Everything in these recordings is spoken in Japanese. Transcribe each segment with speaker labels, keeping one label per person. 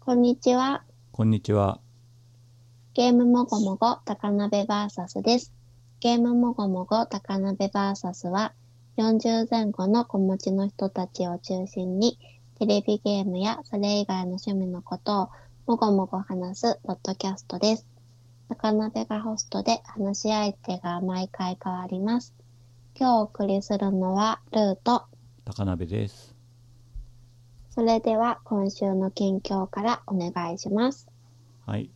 Speaker 1: こんにちは。
Speaker 2: こんにちは。
Speaker 1: ゲームもごもご高鍋バーサスです。ゲームもごもご高鍋バーサスは40前後の子持ちの人たちを中心にテレビゲームやそれ以外の趣味のことをもごもご話すポッドキャストです。高鍋がホストで話し相手が毎回変わります。今日お送りするのはルート。
Speaker 2: 高鍋です。
Speaker 1: それでは今週の近況からお願いします。
Speaker 2: はい。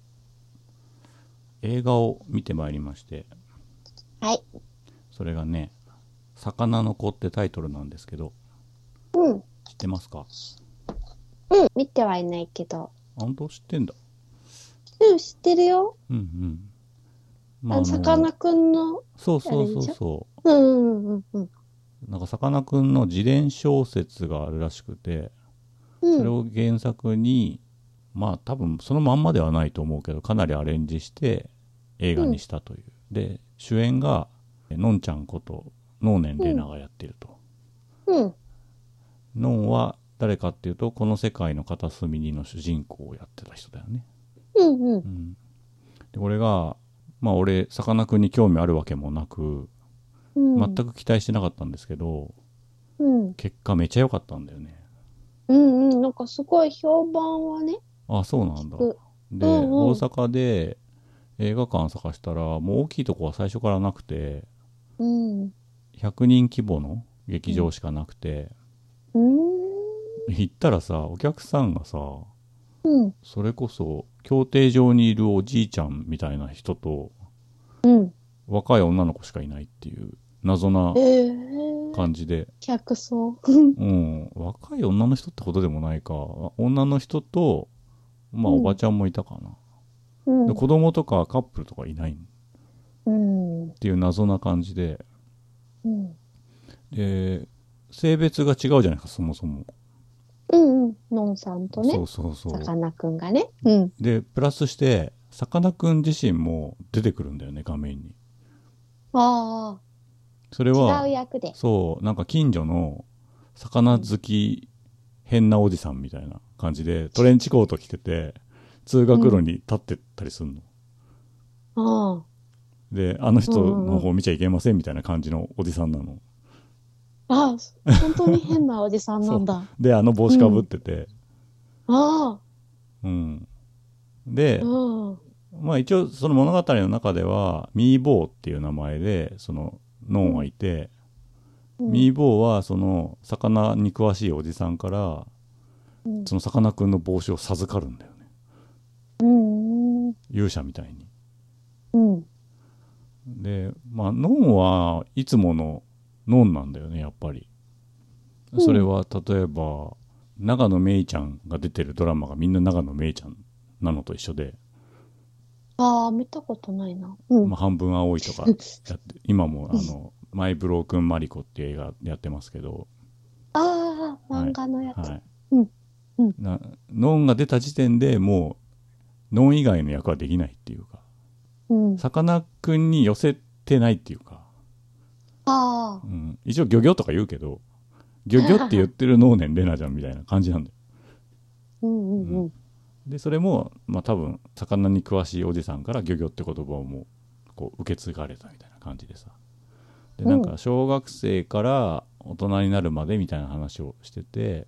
Speaker 2: 映画を見てまいりまして、
Speaker 1: はい。
Speaker 2: それがね、魚の子ってタイトルなんですけど、
Speaker 1: うん。
Speaker 2: 知ってますかあ
Speaker 1: うん。見てはいないけど。
Speaker 2: 本当知ってんだ。
Speaker 1: うん、知ってるよ。
Speaker 2: うんうん。
Speaker 1: あの、
Speaker 2: の
Speaker 1: さかなクンの。
Speaker 2: そうそ
Speaker 1: あ
Speaker 2: う
Speaker 1: れ
Speaker 2: そ
Speaker 1: で
Speaker 2: う
Speaker 1: しょ
Speaker 2: そ
Speaker 1: うんうんうんうん。
Speaker 2: う。なんかさかなクンの自伝小説があるらしくて、
Speaker 1: う
Speaker 2: それ
Speaker 1: ん。
Speaker 2: を原作に、まあ多分そのまんまではないと思うけど、かなりアレンジして映画にしたという。で、主演が、えのんちゃんこと、能年玲奈がやってると。
Speaker 1: うん。
Speaker 2: ノンは誰かっていうとこの世界の片隅にの主人公をやってた人だよね。
Speaker 1: うんうん
Speaker 2: う。ん、で俺がまあ俺さかなクンに興味あるわけもなく
Speaker 1: うん、
Speaker 2: 全。く期待してなかったんですけど、
Speaker 1: うん。
Speaker 2: 結果めちゃ良かったんだよね。
Speaker 1: うんうん。なんかすごい評判はね。
Speaker 2: あそうなんだ。
Speaker 1: う
Speaker 2: で、
Speaker 1: うんうん
Speaker 2: 大阪で映画館探したらもう大きいとこは最初からなくて
Speaker 1: うん。う
Speaker 2: 100人規模の劇場しかなくて、
Speaker 1: ーん。
Speaker 2: 行ったらさお客さんがさ
Speaker 1: うん。
Speaker 2: それこそ競艇場にいるおじいちゃんみたいな人と
Speaker 1: うん。
Speaker 2: 若い女の子しかいないっていう謎な
Speaker 1: ええ
Speaker 2: 感じで、
Speaker 1: 客層。
Speaker 2: うん、若い女の人ってことでもないか女の人とまあ
Speaker 1: うん
Speaker 2: おばちゃんもいたかな、
Speaker 1: うん
Speaker 2: で。子供とかカップルとかいないっ
Speaker 1: うん。
Speaker 2: ていう謎な感じで
Speaker 1: うん。
Speaker 2: で性別が違うじゃないかそもそも、
Speaker 1: うんうん。のんさんとね
Speaker 2: そ。うそうそ
Speaker 1: さ
Speaker 2: う
Speaker 1: かなクンがね。うん。
Speaker 2: でプラスしてさかなクン自身も出てくるんだよね画面に
Speaker 1: あ
Speaker 2: それは
Speaker 1: あ。違う役で。
Speaker 2: そう、なんか近所の魚好き変なおじさんみたいな感じで、トレンチコート着てて、通学路に立ってったりする
Speaker 1: あ
Speaker 2: の。で、あの人の方見ちゃいけませんみたいな感じのおじさんなの。
Speaker 1: あ。ああ。本当に変なおじさんなん だ。
Speaker 2: で、あの帽子かぶってて、
Speaker 1: あ
Speaker 2: うん。
Speaker 1: あ。
Speaker 2: で、
Speaker 1: うん。
Speaker 2: まあ一応その物語の中では、ミーボーっていう名前で、その、ノンはいて、ミーボーはその、魚に詳しいおじさんから、
Speaker 1: うん
Speaker 2: その魚くんの帽子を授かるんだよね。
Speaker 1: うん。うん。
Speaker 2: 勇者みたいに。
Speaker 1: うん。
Speaker 2: でまあノンはいつものノンなんだよねやっぱり
Speaker 1: ん
Speaker 2: それは例えば長野めいちゃんが出てるドラマがみんな長野めいちゃんなのと一緒で、
Speaker 1: ああ、見たことないな。うん。
Speaker 2: まあ、半分青いとかやって今もあの「マイ・ブロークン・マリコ」っていう映画やってますけど、
Speaker 1: ああ、
Speaker 2: はい
Speaker 1: 漫画のやつ。
Speaker 2: はい
Speaker 1: うんうん
Speaker 2: なノンが出た時点でもうノン以外の役はできないっていうか
Speaker 1: うん。
Speaker 2: さかなクンに寄せてないっていうか
Speaker 1: ああ、
Speaker 2: うん、一応ギョギョとか言うけどギョギョって言ってる能年レナじゃんみたいな感じなんだよ
Speaker 1: うんうんうん。
Speaker 2: でそれもまあ多分魚に詳しいおじさんからギョギョって言葉をもうこう受け継がれたみたいな感じでさで
Speaker 1: うん
Speaker 2: なんか小学生から大人になるまでみたいな話をしてて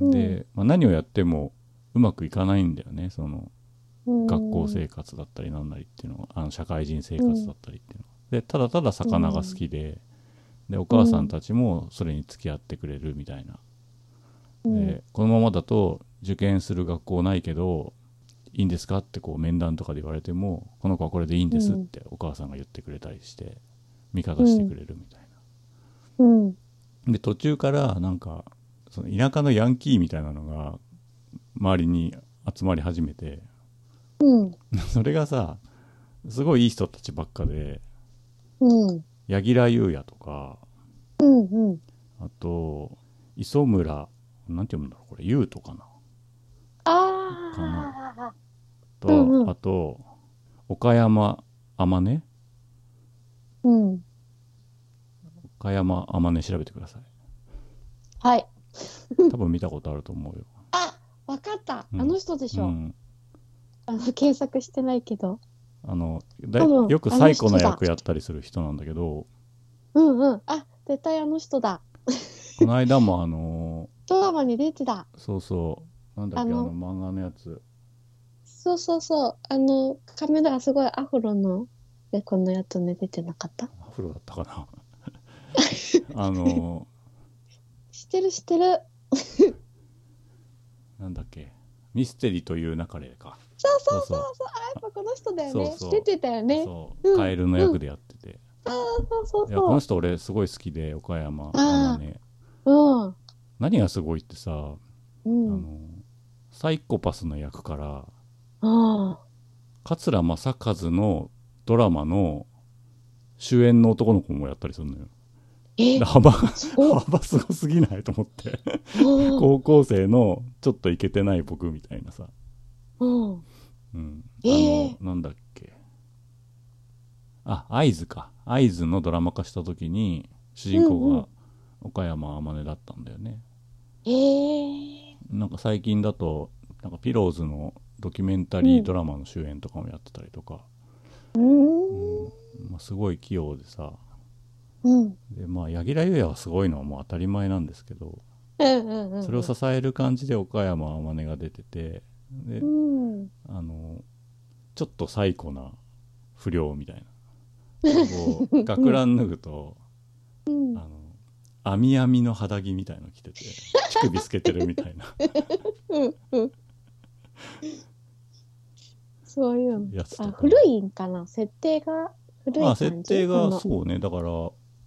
Speaker 2: で、まあ、何をやってもうまくいかないんだよねその
Speaker 1: うん
Speaker 2: 学校生活だったりなんなりっていうのがあの社会人生活だったりっていうのがでただただ魚が好きで,、でお母さんたちもそれに付き合ってくれるみたいな、
Speaker 1: うん
Speaker 2: でこのままだと受験する学校ないけどいいんですかってこう面談とかで言われてもこの子はこれでいいんですってお母さんが言ってくれたりして味方してくれるみたい
Speaker 1: うん。
Speaker 2: な。で途中からなんかその田舎のヤンキーみたいなのが周りに集まり始めて。
Speaker 1: うん。
Speaker 2: それがさすごいいい人たちばっかで
Speaker 1: うん。
Speaker 2: 柳楽優弥とか
Speaker 1: うん。うん。
Speaker 2: あと磯村なんて読むんだろうこれ優斗かな
Speaker 1: ああ。
Speaker 2: と、
Speaker 1: うんうん
Speaker 2: あと岡山天音
Speaker 1: うん。
Speaker 2: 岡山天音調べてください
Speaker 1: はい。
Speaker 2: 多分見たことあると思うよ
Speaker 1: あ、わかった。
Speaker 2: うん
Speaker 1: あの人でし
Speaker 2: う
Speaker 1: ょ。
Speaker 2: ん、
Speaker 1: あの検索してないけど。
Speaker 2: あのだい
Speaker 1: 多分
Speaker 2: よくサイコ
Speaker 1: あの
Speaker 2: な
Speaker 1: 人だ
Speaker 2: 役やったりする人なんだけど
Speaker 1: うんうん。あ、絶対あの人だ。
Speaker 2: この間もあの
Speaker 1: ドラマに出てた。
Speaker 2: そうそうなんだっけあ
Speaker 1: あ
Speaker 2: の
Speaker 1: の
Speaker 2: 漫画のやつ
Speaker 1: そうそうそう。あの、髪のがすごいアフロの、で、このやつね、出てなかった
Speaker 2: アフロだった かなあの
Speaker 1: 知ってる知ってる。
Speaker 2: なんだっけミステリーという流れか、
Speaker 1: そうそうそうそう。
Speaker 2: そ
Speaker 1: あ、やっぱこの人だよね。
Speaker 2: そうそう
Speaker 1: 出てたよね。そう
Speaker 2: そう
Speaker 1: うん
Speaker 2: カエルの役でやってて、
Speaker 1: そうそう
Speaker 2: いやこの
Speaker 1: そ
Speaker 2: 人俺すごい好きで岡山
Speaker 1: あー
Speaker 2: ね
Speaker 1: う。
Speaker 2: 何がすごいってさ、
Speaker 1: うん。う
Speaker 2: あ
Speaker 1: ん。
Speaker 2: のサイコパスの役から
Speaker 1: ああ。
Speaker 2: 桂正和のドラマの主演の男の子もやったりするのよ。
Speaker 1: え
Speaker 2: で、幅が
Speaker 1: すごい。
Speaker 2: 幅すごすぎないと思って
Speaker 1: うん
Speaker 2: 高校生のちょっとイケてない僕みたいなさ、
Speaker 1: うん。
Speaker 2: うん、あの、
Speaker 1: ええ
Speaker 2: なんだっけあ会津か会津のドラマ化した時に主人
Speaker 1: うんう
Speaker 2: 公
Speaker 1: ん
Speaker 2: が岡山天音だったんだよね。
Speaker 1: ええ
Speaker 2: なんか最近だとなんかピローズのドキュメンタリードラマの主演とかもやってたりとか、
Speaker 1: うん。
Speaker 2: まあ、すごい器用でさ
Speaker 1: うん。
Speaker 2: で、まあ、柳楽優弥はすごいのはもう当たり前なんですけど
Speaker 1: うんうんうん。
Speaker 2: それを支える感じで岡山天音が出ててで
Speaker 1: うん。
Speaker 2: あのちょっと最古な不良みた いなこう学ラン脱ぐと
Speaker 1: うん。
Speaker 2: あの網網の肌着みたいの着てて乳首透けてるみたいな
Speaker 1: うんうんそういうの
Speaker 2: やつと
Speaker 1: あ
Speaker 2: か。
Speaker 1: 古いんかな設定が古い感じ、
Speaker 2: まあ設定が
Speaker 1: その
Speaker 2: そうねだから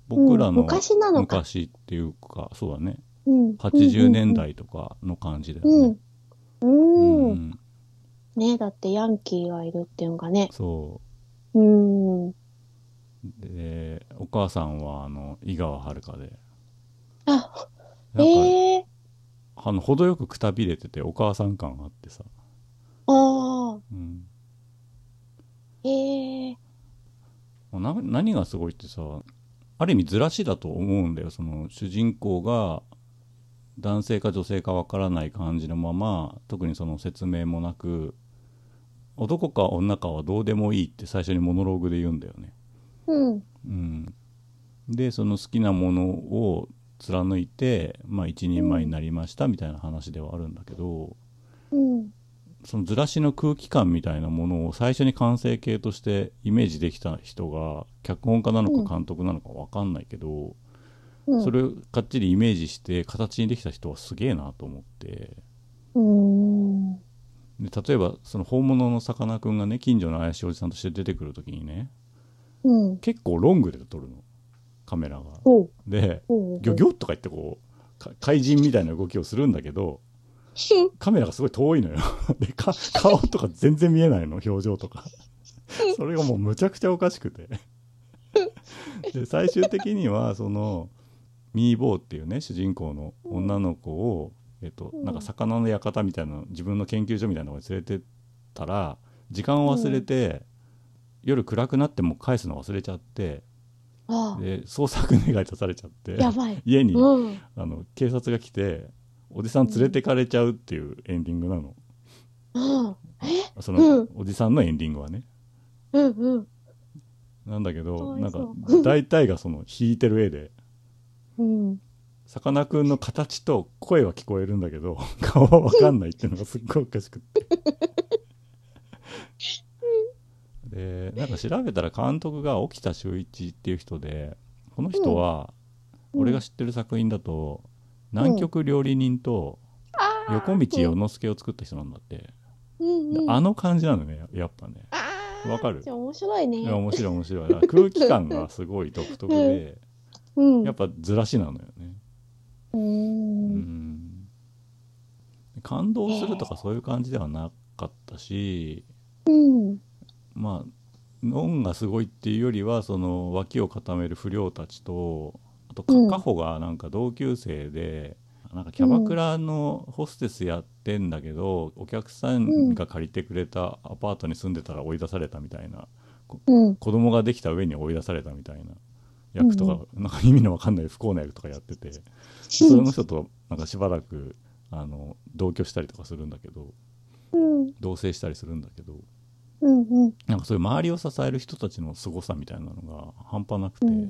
Speaker 2: 僕らの
Speaker 1: うん昔なのか
Speaker 2: 昔っていうかそうだね
Speaker 1: うん、
Speaker 2: 80年代とかの感じだよ
Speaker 1: う
Speaker 2: ね
Speaker 1: ん、うん
Speaker 2: う
Speaker 1: うん
Speaker 2: ん、
Speaker 1: ねだってヤンキーがいるっていうのがね
Speaker 2: そ
Speaker 1: うん
Speaker 2: うでお母さんはあの井川遥で
Speaker 1: あ
Speaker 2: なんか、
Speaker 1: ええ
Speaker 2: あの程よくくたびれててお母さん感あってさ、
Speaker 1: ああ
Speaker 2: うん、
Speaker 1: ええ
Speaker 2: な何がすごいってさある意味ずらしだと思うんだよその主人公が男性か女性かわからない感じのまま特にその説明もなく男か女かはどうでもいいって最初にモノローグで言うんだよね。
Speaker 1: うん
Speaker 2: うん、でその好きなものを貫いて、まあ、一人前になりましたみたいな話ではあるんだけど
Speaker 1: うん
Speaker 2: そのずらしの空気感みたいなものを最初に完成形としてイメージできた人が脚本家なの
Speaker 1: うん
Speaker 2: か監督なのかわかんないけど、
Speaker 1: うん
Speaker 2: それをかっちりイメージして形にできた人はすげえなと思って
Speaker 1: うん
Speaker 2: で例えばその本物のさかなクンがね近所の怪しいおじさんとして出てくる時にね
Speaker 1: うん
Speaker 2: 結構ロングで撮るのカメラが。
Speaker 1: おう
Speaker 2: で
Speaker 1: おう
Speaker 2: ギョギョッとか言ってこうか怪人みたいな動きをするんだけど
Speaker 1: ョ
Speaker 2: カメラがすごい遠いのよ でか顔とか全然見えないの表情とかそれがもうむちゃくちゃおかしくてで最終的にはそのミーボーっていうね主人公の女の子を、えっと、
Speaker 1: うん
Speaker 2: なんか魚の館みたいな自分の研究所みたいなとこに連れてったら時間を忘れて、夜暗くなっても返すの忘れちゃって
Speaker 1: ああ
Speaker 2: で捜索願い出されちゃって
Speaker 1: やばい
Speaker 2: 家に
Speaker 1: うん
Speaker 2: あの警察が来ておじさん連れてかれちゃうっていうエンディングなの、
Speaker 1: うん
Speaker 2: その、
Speaker 1: うん
Speaker 2: おじさんのエンディングはね
Speaker 1: うんうん
Speaker 2: なんだけ
Speaker 1: か
Speaker 2: ど
Speaker 1: わ
Speaker 2: なん
Speaker 1: い
Speaker 2: か
Speaker 1: そう
Speaker 2: 大体がその弾いてる絵で
Speaker 1: うん
Speaker 2: さかなクンの形と声は聞こえるんだけど 顔は分かんないっていうのがすっごいおかしくって。でなんか調べたら監督が沖田修一っていう人でこの人は
Speaker 1: うん
Speaker 2: 俺が知ってる作品だと南極料理人と
Speaker 1: ああ
Speaker 2: 横道世之助を作った人なんだって。
Speaker 1: うんうん
Speaker 2: あの感じなのねやっぱね
Speaker 1: あー
Speaker 2: わかる
Speaker 1: じゃあ面白い
Speaker 2: い
Speaker 1: ね
Speaker 2: や。面白い面白いだから空気感がすごい独特で
Speaker 1: うん。
Speaker 2: やっぱずらしなのよね
Speaker 1: うー。
Speaker 2: うんん感動するとかそういう感じではなかったし
Speaker 1: うん。
Speaker 2: まあノンがすごいっていうよりはその脇を固める不良たちとあとカ
Speaker 1: うん
Speaker 2: カホがなんか同級生で、なんかキャバクラのホステスやってんだけど、お客さんが借りてくれたアパートに住んでたら追い出されたみたいな
Speaker 1: うん。
Speaker 2: 子供ができた上に追い出されたみたいな役とか、なんか意味のわかんない不幸な役とかやってて、その人となんかしばらくあの同居したりとかするんだけど
Speaker 1: うん、
Speaker 2: 同棲したりするんだけど
Speaker 1: うん、うん。
Speaker 2: なんかそういう周りを支える人たちの凄さみたいなのが半端なくて、
Speaker 1: うん
Speaker 2: まあ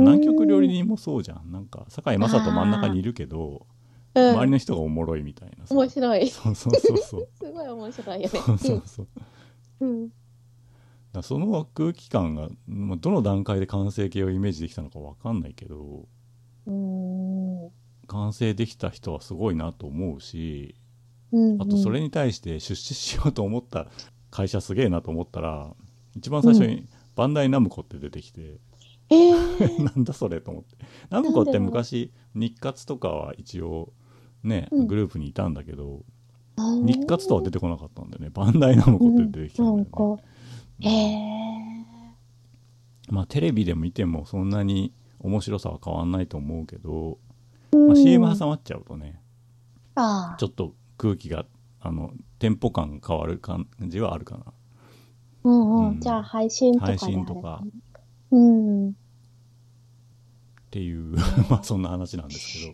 Speaker 2: 南極料理人もそうじゃんなんか堺雅人真ん中にいるけど
Speaker 1: うん、
Speaker 2: 周りの人がおもろいみたいなさ
Speaker 1: 面白い。す
Speaker 2: そうそうそうそう
Speaker 1: ごい面白いよね。
Speaker 2: そうそうそうだか
Speaker 1: うん、
Speaker 2: らその空気感が、まあ、どの段階で完成形をイメージできたのかわかんないけど
Speaker 1: うん。うん
Speaker 2: 完成できた人はすごいなと思うし
Speaker 1: うん
Speaker 2: あとそれに対して出資しようと思った会社すげえなと思ったら一番最初にバンダイナムコって出てきて、
Speaker 1: えー
Speaker 2: なんだそれと思ってナムコっ
Speaker 1: なんで
Speaker 2: て
Speaker 1: だろう
Speaker 2: 昔日活とかは一応ね、
Speaker 1: うん
Speaker 2: グループにいたんだけど
Speaker 1: あー
Speaker 2: 日活とは出てこなかったんだよねバンダイナムコって出てきたんだよ
Speaker 1: な
Speaker 2: ね
Speaker 1: ん、か、えー
Speaker 2: まあテレビで見てもそんなに面白さは変わんないと思うけど、
Speaker 1: うん
Speaker 2: まあ、CM 挟まっちゃうとね
Speaker 1: あ
Speaker 2: ちょっと空気があのテンポ感変わる感じはあるかな
Speaker 1: ーうんう
Speaker 2: うん
Speaker 1: ん。じゃあ配信とかで
Speaker 2: 配信とか。
Speaker 1: うん。うん
Speaker 2: っていう まあそんな話なんですけ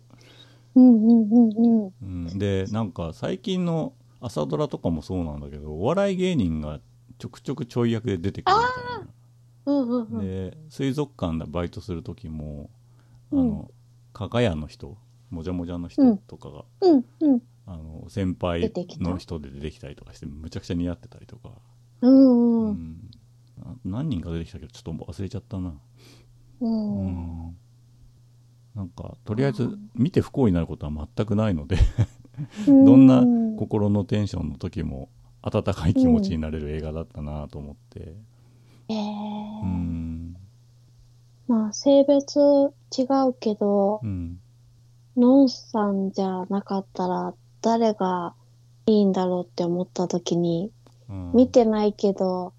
Speaker 1: う
Speaker 2: ど、
Speaker 1: んうんうん。
Speaker 2: うん、でなんか最近の朝ドラとかもそうなんだけどお笑い芸人がちょくちょくちょい役で出てくる
Speaker 1: う
Speaker 2: み
Speaker 1: んうん
Speaker 2: たいな
Speaker 1: うん。
Speaker 2: で水族館でバイトする時もあ
Speaker 1: う
Speaker 2: の加賀屋の人もじゃもじゃの
Speaker 1: う
Speaker 2: 人
Speaker 1: ん
Speaker 2: とかが、
Speaker 1: うんうん。
Speaker 2: あの先輩
Speaker 1: 出てきた
Speaker 2: の人で出てきたりとかしてむちゃくちゃ似合ってたりとか、
Speaker 1: うん
Speaker 2: う
Speaker 1: うん。
Speaker 2: んあ何人か出てきたけどちょっと忘れちゃったな。
Speaker 1: うん
Speaker 2: うんなんかとりあえず見て不幸になることは全くないのでどんな心のテンションの時も温かい気持ちになれる映画だったなと思って
Speaker 1: ええ
Speaker 2: う。ん
Speaker 1: まあ、性別違うけど、
Speaker 2: うん
Speaker 1: ノンさんじゃなかったら、誰がいいんだろうって思った時に、
Speaker 2: うん
Speaker 1: 見てないけど、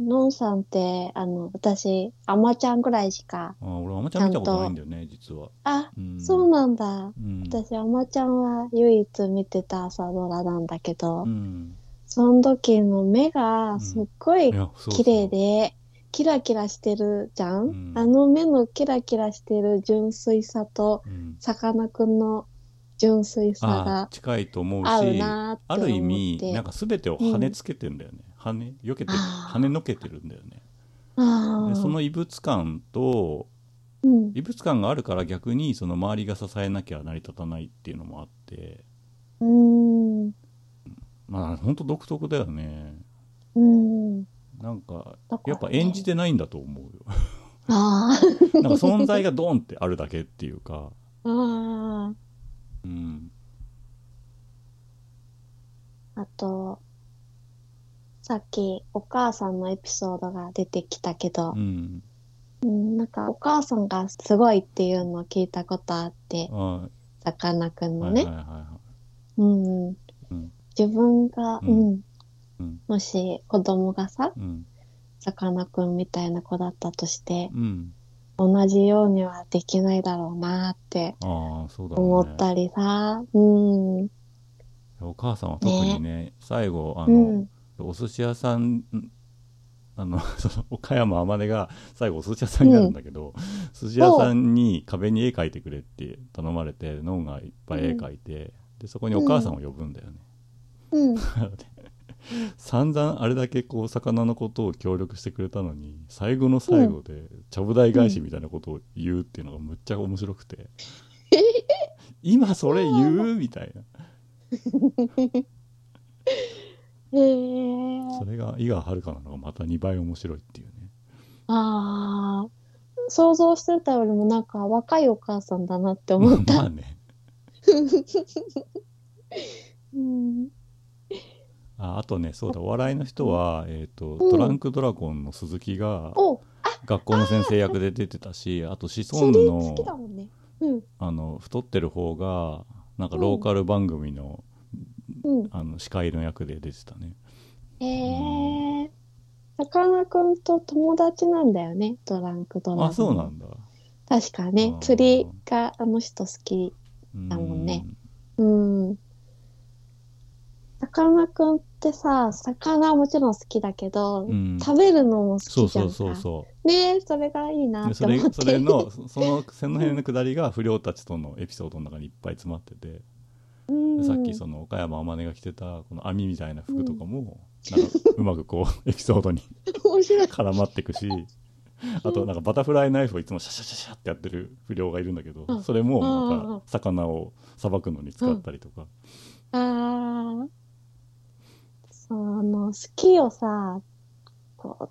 Speaker 1: ノンさんって、あの、私、アマちゃんぐらいしか、
Speaker 2: あ俺あんまちゃん見たことないんだよね実は、
Speaker 1: あ、
Speaker 2: うん、
Speaker 1: そうなんだ。
Speaker 2: うん
Speaker 1: 私、アマちゃんは唯一見てた朝ドラなんだけど、
Speaker 2: うん
Speaker 1: その時の目がすっごい
Speaker 2: いやそうそう
Speaker 1: 綺麗で、キラキラしてるじゃん、
Speaker 2: うん
Speaker 1: あの目のキラキラしてる純粋さと、
Speaker 2: うん
Speaker 1: さかなクンの純粋さ
Speaker 2: あ
Speaker 1: が
Speaker 2: 近いと思うし
Speaker 1: 合うなー
Speaker 2: あ
Speaker 1: って思っ
Speaker 2: る
Speaker 1: て。
Speaker 2: 意味なんか全てを跳ねつけてんだよね、跳ね避けて
Speaker 1: あー
Speaker 2: 跳ねのけてるんだよね
Speaker 1: あ
Speaker 2: で
Speaker 1: あ、
Speaker 2: その異物感と
Speaker 1: うん、
Speaker 2: 異物感があるから逆にその周りが支えなきゃ成り立たないっていうのもあって
Speaker 1: うん、
Speaker 2: まあほんと独特だよね
Speaker 1: うん。
Speaker 2: なんか
Speaker 1: だから
Speaker 2: やっぱ演じてないんだと思う よ
Speaker 1: あ
Speaker 2: なんか存在がドンってあるだけっていうか
Speaker 1: あ、 あ
Speaker 2: うん
Speaker 1: あ、あと、さっきお母さんのエピソードが出てきたけど
Speaker 2: う、ん
Speaker 1: うん、なんかお母さんがすごいっていうのを聞いたことあって、
Speaker 2: あ
Speaker 1: さかなクン
Speaker 2: は
Speaker 1: の
Speaker 2: い
Speaker 1: ね。
Speaker 2: はいはいは
Speaker 1: うんうん
Speaker 2: うん
Speaker 1: 自分が、
Speaker 2: う
Speaker 1: うんん
Speaker 2: うん
Speaker 1: もし子供がさ
Speaker 2: いうん
Speaker 1: さかなクンみたいな子だったとして
Speaker 2: うん
Speaker 1: 同じようにはできないだろうなって
Speaker 2: ああそうだ
Speaker 1: 思
Speaker 2: ろ
Speaker 1: っ
Speaker 2: うね
Speaker 1: たりさ、うん うん
Speaker 2: お母さんは特にね最後あの、
Speaker 1: うん
Speaker 2: お寿司屋さん んあの その岡山天音が最後お寿司屋さんになるんだけど、寿司屋さんに壁に絵描いてくれって頼まれてノンがいっぱい絵描いて、でそこにお母さんを呼ぶんだよね。
Speaker 1: うん
Speaker 2: 散々あれだけこう魚のことを協力してくれたのに最後の最後でちゃぶ台返しみたいなことを言うっていうのがむっちゃ面白くて「今それ言う?」みたいな
Speaker 1: へえ
Speaker 2: それが井川遥なのがまた2倍面白いっていうね。
Speaker 1: ああ想像してたよりもなんか若いお母さんだなって思っ
Speaker 2: ま
Speaker 1: た
Speaker 2: あ、ね
Speaker 1: うん、
Speaker 2: ああとねそうだお笑いの人は、えーと
Speaker 1: うん
Speaker 2: トランクドラゴンの鈴木が
Speaker 1: お
Speaker 2: 学校の先生役で出てたしあとシソ
Speaker 1: シ
Speaker 2: ンヌ
Speaker 1: リーズ好きだ
Speaker 2: の
Speaker 1: もんねうん
Speaker 2: あの太ってる方がなんかローカル番組の,、
Speaker 1: うん
Speaker 2: あの司会の役で出てたね
Speaker 1: へえさかなクンと友達なんだよねドランクドラゴン
Speaker 2: あそうなんだ
Speaker 1: 確か
Speaker 2: あ
Speaker 1: ね
Speaker 2: ー、
Speaker 1: 釣りがあの人好き。
Speaker 2: うん
Speaker 1: だもんねうん。さかなクンってさ、魚はもちろん好きだけど、
Speaker 2: うん
Speaker 1: 食べるのも好き
Speaker 2: そう
Speaker 1: じゃ
Speaker 2: そ
Speaker 1: ん
Speaker 2: う
Speaker 1: か。
Speaker 2: そうそ
Speaker 1: ねえ、それがいいうなっ
Speaker 2: で
Speaker 1: て
Speaker 2: そ
Speaker 1: 思
Speaker 2: れ
Speaker 1: って。
Speaker 2: それのそのその辺のくだりが不良たちとのエピソードの中にいっぱい詰まってて
Speaker 1: うん
Speaker 2: でさっ
Speaker 1: うん
Speaker 2: きその岡山天音が着てたこの網みたいな服とかも、 なんかうまくこうエピソードに
Speaker 1: 面白い。
Speaker 2: 絡まってくしあとなんかバタフライナイフをいつもシャシャシャシャってやってる不良がいるんだけど、
Speaker 1: うん
Speaker 2: それも
Speaker 1: うんうん
Speaker 2: な
Speaker 1: うん
Speaker 2: んか魚をさばくのに使ったりとか、
Speaker 1: ああ。そう、あの、スキーをさ、こう、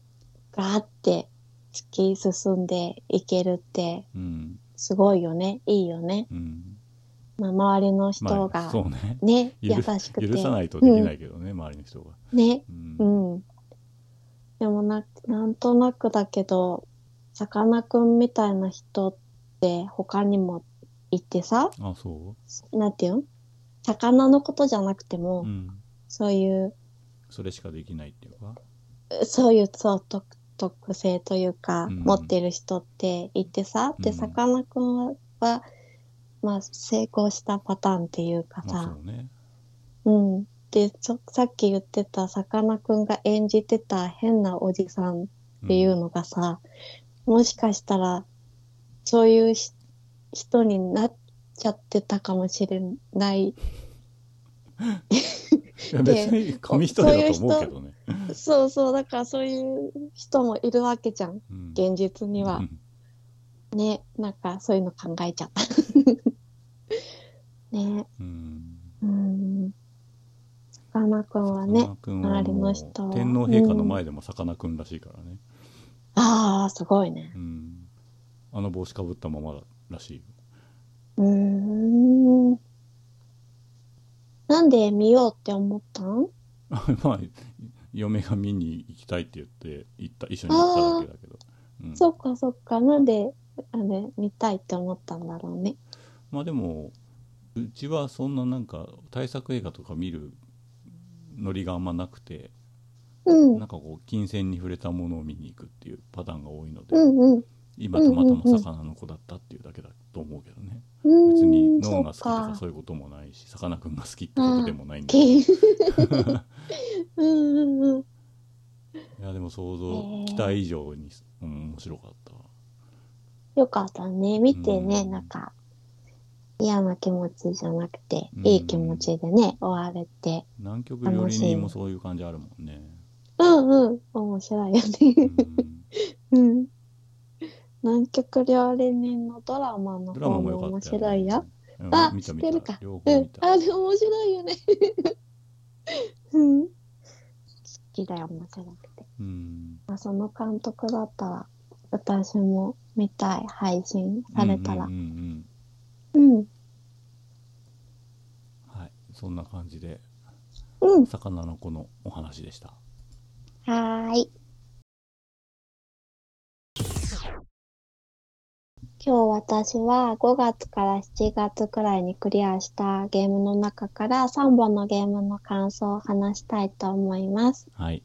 Speaker 1: ガーって突き進んでいけるって、
Speaker 2: うん
Speaker 1: すごいよね。いいよね。
Speaker 2: うん、
Speaker 1: まあ、周りの人
Speaker 2: まあ
Speaker 1: が、
Speaker 2: そうね
Speaker 1: ね、
Speaker 2: ゆ
Speaker 1: 優
Speaker 2: る
Speaker 1: しくて。。
Speaker 2: 許さないとできないいけどね、周りの人が。
Speaker 1: ね、
Speaker 2: うん
Speaker 1: うん。でもな、なんとなくだけど、さかなクンみたいな人って他にもいてさ、
Speaker 2: あそ
Speaker 1: なんていうん魚のことじゃなくても、
Speaker 2: う、うん、
Speaker 1: そういう、
Speaker 2: それしかできないっていうか、
Speaker 1: そういうそう特特性というか、
Speaker 2: うん
Speaker 1: 持ってる人っていてさ、
Speaker 2: う
Speaker 1: で
Speaker 2: ん
Speaker 1: さかなクンはは、まあ、成功したパターンっていうか
Speaker 2: まあ
Speaker 1: さ、
Speaker 2: そうね。
Speaker 1: うん、でそさっき言ってたさかなクンが演じてた変なおじさんっていうのがさ、もしかしたらそういうし人になっちゃってたかもしれない
Speaker 2: いや別に紙一重だと思うけどね。
Speaker 1: そうそうだからそういう人もいるわけじゃん
Speaker 2: うん
Speaker 1: 現実には
Speaker 2: う。ん
Speaker 1: ね、なんかそういうの考えちゃった。 ね、
Speaker 2: うん
Speaker 1: うん。さかなクンは
Speaker 2: さか
Speaker 1: ね
Speaker 2: な、クンはもう
Speaker 1: 周りの人は
Speaker 2: 天皇陛下の前でもさかなクンらしいからね、
Speaker 1: ああ、すごいね。
Speaker 2: うんあの帽子かぶったままらしい よ
Speaker 1: うーん。なんで見ようって思ったん
Speaker 2: まあ嫁が見に行きたいって言って行った一緒に行っただけだけど、うん
Speaker 1: そっかそっか、なんで、あれ、見たいって思ったんだろうね。
Speaker 2: まあでもうちはそんななんか大作映画とか見るノリがあんまなくて、
Speaker 1: うん、うん
Speaker 2: なんかこう金銭に触れたものを見に行くっていうパターンが多いので、
Speaker 1: うん、
Speaker 2: 今たまたま魚の子だったっていうだけだと思うけどね、
Speaker 1: うん。
Speaker 2: 別に脳が好
Speaker 1: そ
Speaker 2: きと
Speaker 1: っ
Speaker 2: か
Speaker 1: か
Speaker 2: そういうこともないしさかなクンが好きってことでもないんだけ
Speaker 1: け
Speaker 2: ど
Speaker 1: うんうんうん。
Speaker 2: いやでも想
Speaker 1: へ
Speaker 2: 像
Speaker 1: ー
Speaker 2: 期待以上に、うん面白かったわ
Speaker 1: よかったね。見てね、
Speaker 2: うん
Speaker 1: なんか、嫌な気持ちじゃなくて
Speaker 2: う、ん
Speaker 1: いい気持ちでね、終われて。
Speaker 2: 南極料理人もそういう感じあるもんね、
Speaker 1: うんうん、面白いよ
Speaker 2: う
Speaker 1: ね。
Speaker 2: ん、
Speaker 1: うん。南極料理人のドラマの
Speaker 2: ドラマ
Speaker 1: 方
Speaker 2: も
Speaker 1: も
Speaker 2: よか
Speaker 1: 面
Speaker 2: ったよ、
Speaker 1: 白いよ。
Speaker 2: うん
Speaker 1: あ、
Speaker 2: 見
Speaker 1: 知
Speaker 2: た
Speaker 1: っ
Speaker 2: 見
Speaker 1: て
Speaker 2: た
Speaker 1: るか。
Speaker 2: 両
Speaker 1: う
Speaker 2: 方見
Speaker 1: ん。
Speaker 2: た、
Speaker 1: あ、でも面白いよね。 うん。好きだよ、面白くて。
Speaker 2: うん、
Speaker 1: まあ、その監督だったら、私も見たい、配信されたら
Speaker 2: うん。うんうん
Speaker 1: うん。
Speaker 2: うんはいそんな感じで
Speaker 1: うん。
Speaker 2: 魚の子のお話でした
Speaker 1: はーい。今日私は5月から7月くらいにクリアしたゲームの中から3本のゲームの感想を話したいと思います。
Speaker 2: はい、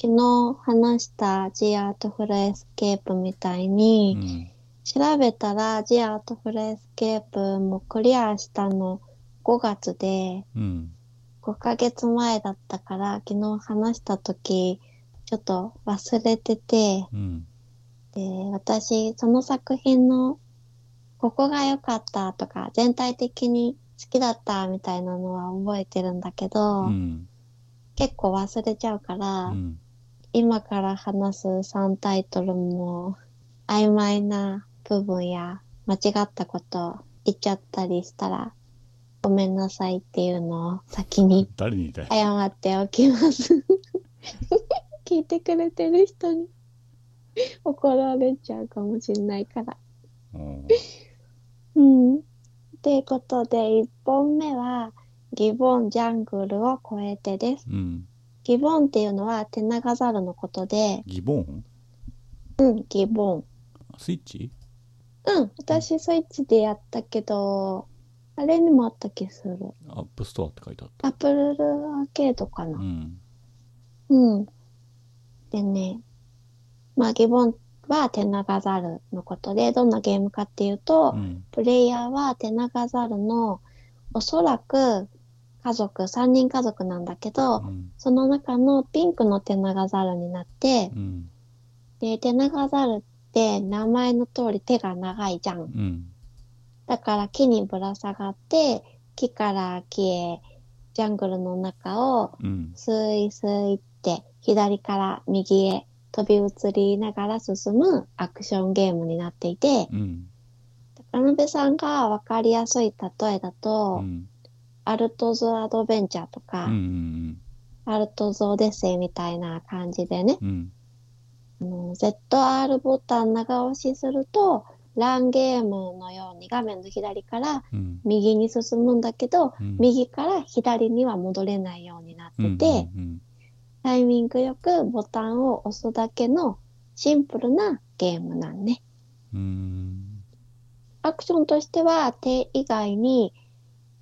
Speaker 1: 昨日話したジアートフルエスケープみたいうに、
Speaker 2: ん、
Speaker 1: 調べたらジアートフルエスケープもクリアしたの5月で、
Speaker 2: うん、
Speaker 1: 5ヶ月前だったから、昨日話した時、ちょっと忘れてて、
Speaker 2: うん、
Speaker 1: で、私、その作品の、ここが良かったとか、全体的に好きだったみたいなのは覚えてるんだけ
Speaker 2: う
Speaker 1: ど、
Speaker 2: ん、
Speaker 1: 結構忘れちゃうから、
Speaker 2: うん、
Speaker 1: 今から話す3タイトルも、曖昧な部分や、間違ったこと言っちゃったりしたら、ごめんなさいっていうのを先に
Speaker 2: 誰にいたい
Speaker 1: 謝っておきます。 聞いてくれてる人に怒られちゃうかもしれないから。
Speaker 2: うん
Speaker 1: うん。っていうことで、1本目は、ギボンジャングルを越えてです。
Speaker 2: うん、
Speaker 1: ギボンっていうのはテナガザルのことで、
Speaker 2: ギボーン
Speaker 1: うん、ギボン。
Speaker 2: スイッチ
Speaker 1: うん、私スイッチでやったけど、あれにもあった気する。
Speaker 2: アップストアって書いてあっ
Speaker 1: アップルアーケードか
Speaker 2: た
Speaker 1: な
Speaker 2: う。ん
Speaker 1: うん。でね、まあ、ギボンはテナガザルのことで、どんなゲームかっていうと、
Speaker 2: うん
Speaker 1: プレイヤーはテナガザルの、おそらく家族、3人家族なんだけど、
Speaker 2: うん
Speaker 1: その中のピンクのテナガザルになって、
Speaker 2: うん
Speaker 1: で、テナガザルって名前の通り手が長いじゃん。
Speaker 2: うん
Speaker 1: だから木にぶら下がって、木から木へジャングルの中を
Speaker 2: うん
Speaker 1: スイスイって左から右へ飛び移りながら進むアクションゲームになっていて、
Speaker 2: うん
Speaker 1: 高鍋さんがわかりやすい例えだ
Speaker 2: う
Speaker 1: と、
Speaker 2: ん
Speaker 1: アルトズ・アドベンチャーと
Speaker 2: う
Speaker 1: か、
Speaker 2: ん
Speaker 1: アルトズ・オデッセイみたいな感じでね、
Speaker 2: うんうん
Speaker 1: あの ZR ボタン長押しすると、ランゲームのように画面の左から
Speaker 2: うん
Speaker 1: 右に進むんだけど、
Speaker 2: うん
Speaker 1: 右から左には戻れないようになってて、
Speaker 2: うん
Speaker 1: タイミングよくボタンを押すだけのシンプルなゲームなんね。
Speaker 2: うんうん
Speaker 1: アクションとしては手以外に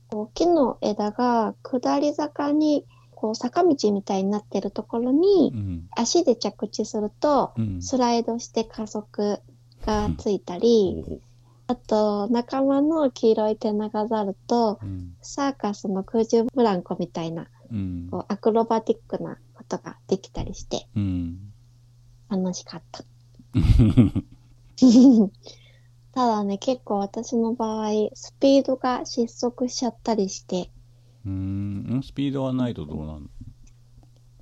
Speaker 1: こう木の枝が下り坂にこう坂道みたいになってるところに
Speaker 2: うん
Speaker 1: 足で着地すると
Speaker 2: うん
Speaker 1: スライドして加速がついたり、
Speaker 2: ほうほ
Speaker 1: あと仲間の黄色い手長猿と
Speaker 2: ううん
Speaker 1: サーカスの空中ブランコみたいな
Speaker 2: うん
Speaker 1: こうアクロバティックなことができたりして
Speaker 2: うん
Speaker 1: 楽しかった。ただね、結構私の場合、スピードが失速しちゃったりして、
Speaker 2: うんスピードはないとどうなる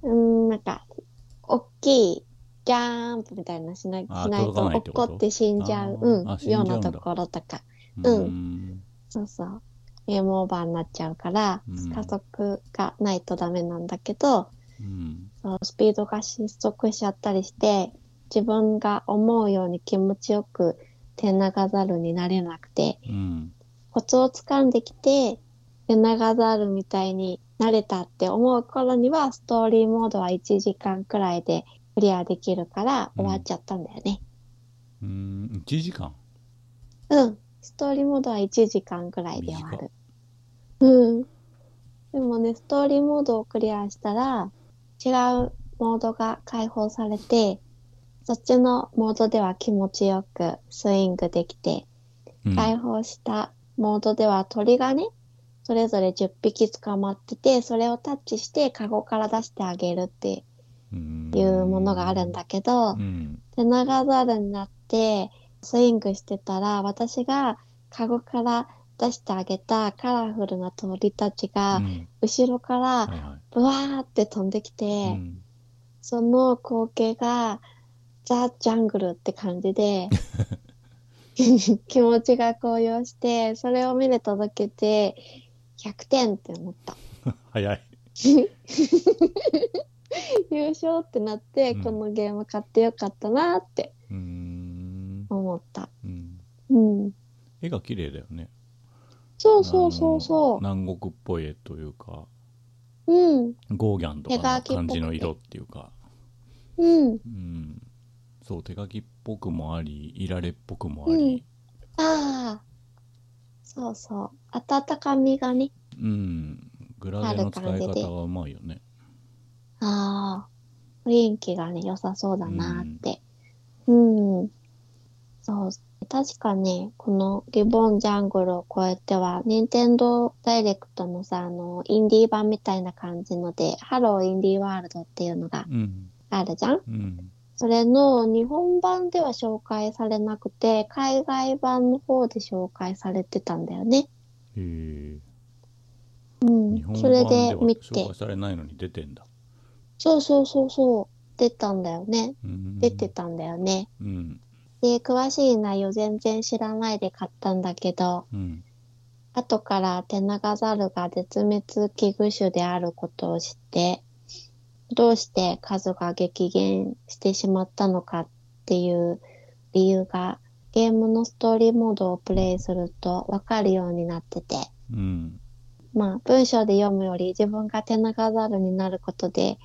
Speaker 1: うーん、なんか、大きいジャンプみたいなのしなし
Speaker 2: あ
Speaker 1: ない
Speaker 2: 届か
Speaker 1: と
Speaker 2: ないってこと
Speaker 1: 怒って死んじゃう、
Speaker 2: あーあ
Speaker 1: うん、
Speaker 2: 死んじゃ
Speaker 1: よ
Speaker 2: う
Speaker 1: うん
Speaker 2: だ
Speaker 1: なところとか、
Speaker 2: の
Speaker 1: うんそうそう、ゲームオーバーになっちゃうから
Speaker 2: うん、
Speaker 1: 加速がないとダメなんだけど、
Speaker 2: うん
Speaker 1: そうスピードが失速しちゃったりして、自分が思うように気持ちよく手長猿になれなくて、
Speaker 2: うん
Speaker 1: コツをつかんできて、で長ザルみたいになれたって思う頃には、ストーリーモードは1時間くらいでクリアできるから
Speaker 2: う
Speaker 1: 終
Speaker 2: ん
Speaker 1: わっちゃったんだよね。
Speaker 2: うん1時間
Speaker 1: うん。ストーリーモードは1時間くらいで終わ
Speaker 2: 短
Speaker 1: る。うん。でもね、ストーリーモードをクリアしたら、違うモードが解放されて、そっちのモードでは気持ちよくスイングできて、
Speaker 2: うん
Speaker 1: 解放したモードでは鳥がね、それぞれ10匹捕まってて、それをタッチしてカゴから出してあげるって
Speaker 2: うん
Speaker 1: いうものがあるんだけど
Speaker 2: う、ん
Speaker 1: 手長ザルになってスイングしてたら、私がカゴから出してあげたカラフルな鳥たち
Speaker 2: う
Speaker 1: が、
Speaker 2: ん
Speaker 1: 後ろか
Speaker 2: は
Speaker 1: ら
Speaker 2: いは
Speaker 1: ブワーって飛んできて、
Speaker 2: いうん
Speaker 1: その光景がザ・ジャングルって感じ で気持ちが高揚してそれを見れただけで100点って思った
Speaker 2: 早い
Speaker 1: 優勝ってなって、
Speaker 2: うん
Speaker 1: このゲーム買ってよかったなって
Speaker 2: うん
Speaker 1: 思った
Speaker 2: うん
Speaker 1: うん
Speaker 2: 絵が綺麗だよね
Speaker 1: そうそうそうそ
Speaker 2: あの南国っぽい絵というか
Speaker 1: ううん
Speaker 2: ゴーギャンと
Speaker 1: 手
Speaker 2: か
Speaker 1: 書きっぽ
Speaker 2: の
Speaker 1: く
Speaker 2: 感
Speaker 1: て
Speaker 2: じの色っていうか
Speaker 1: うん
Speaker 2: うんそう手書きっぽくもありいられっぽくもあり
Speaker 1: ああそうそう温かみがね
Speaker 2: うん、グラデの使い方がうまいよね
Speaker 1: ああ、雰囲気がね、良さそうだなって。うん。そう。確かね、このリボンジャングルを超えては、任天堂ダイレクトのさ、あの、インディー版みたいな感じので、ハローインディーワールドっていうのが
Speaker 2: うん
Speaker 1: あるじゃん
Speaker 2: うん
Speaker 1: それの日本版では紹介されなくて、海外版の方で紹介されてたんだよね。
Speaker 2: へえ
Speaker 1: うん
Speaker 2: 日。本
Speaker 1: そ
Speaker 2: 版
Speaker 1: れ
Speaker 2: で
Speaker 1: で
Speaker 2: は
Speaker 1: 見
Speaker 2: 紹
Speaker 1: て
Speaker 2: 介、されないのに出てんだ
Speaker 1: そうそうそうそう、出たんだよね。
Speaker 2: うん
Speaker 1: 出てたんだよね。
Speaker 2: うん
Speaker 1: で、詳しい内容全然知らないで買ったんだけど、
Speaker 2: うん
Speaker 1: 後からテナガザルが絶滅危惧種であることを知って、どうして数が激減してしまったのかっていう理由が、ゲームのストーリーモードをプレイするとわかるようになってて、
Speaker 2: うん
Speaker 1: まあ文章で読むより自分がテナガザルになることで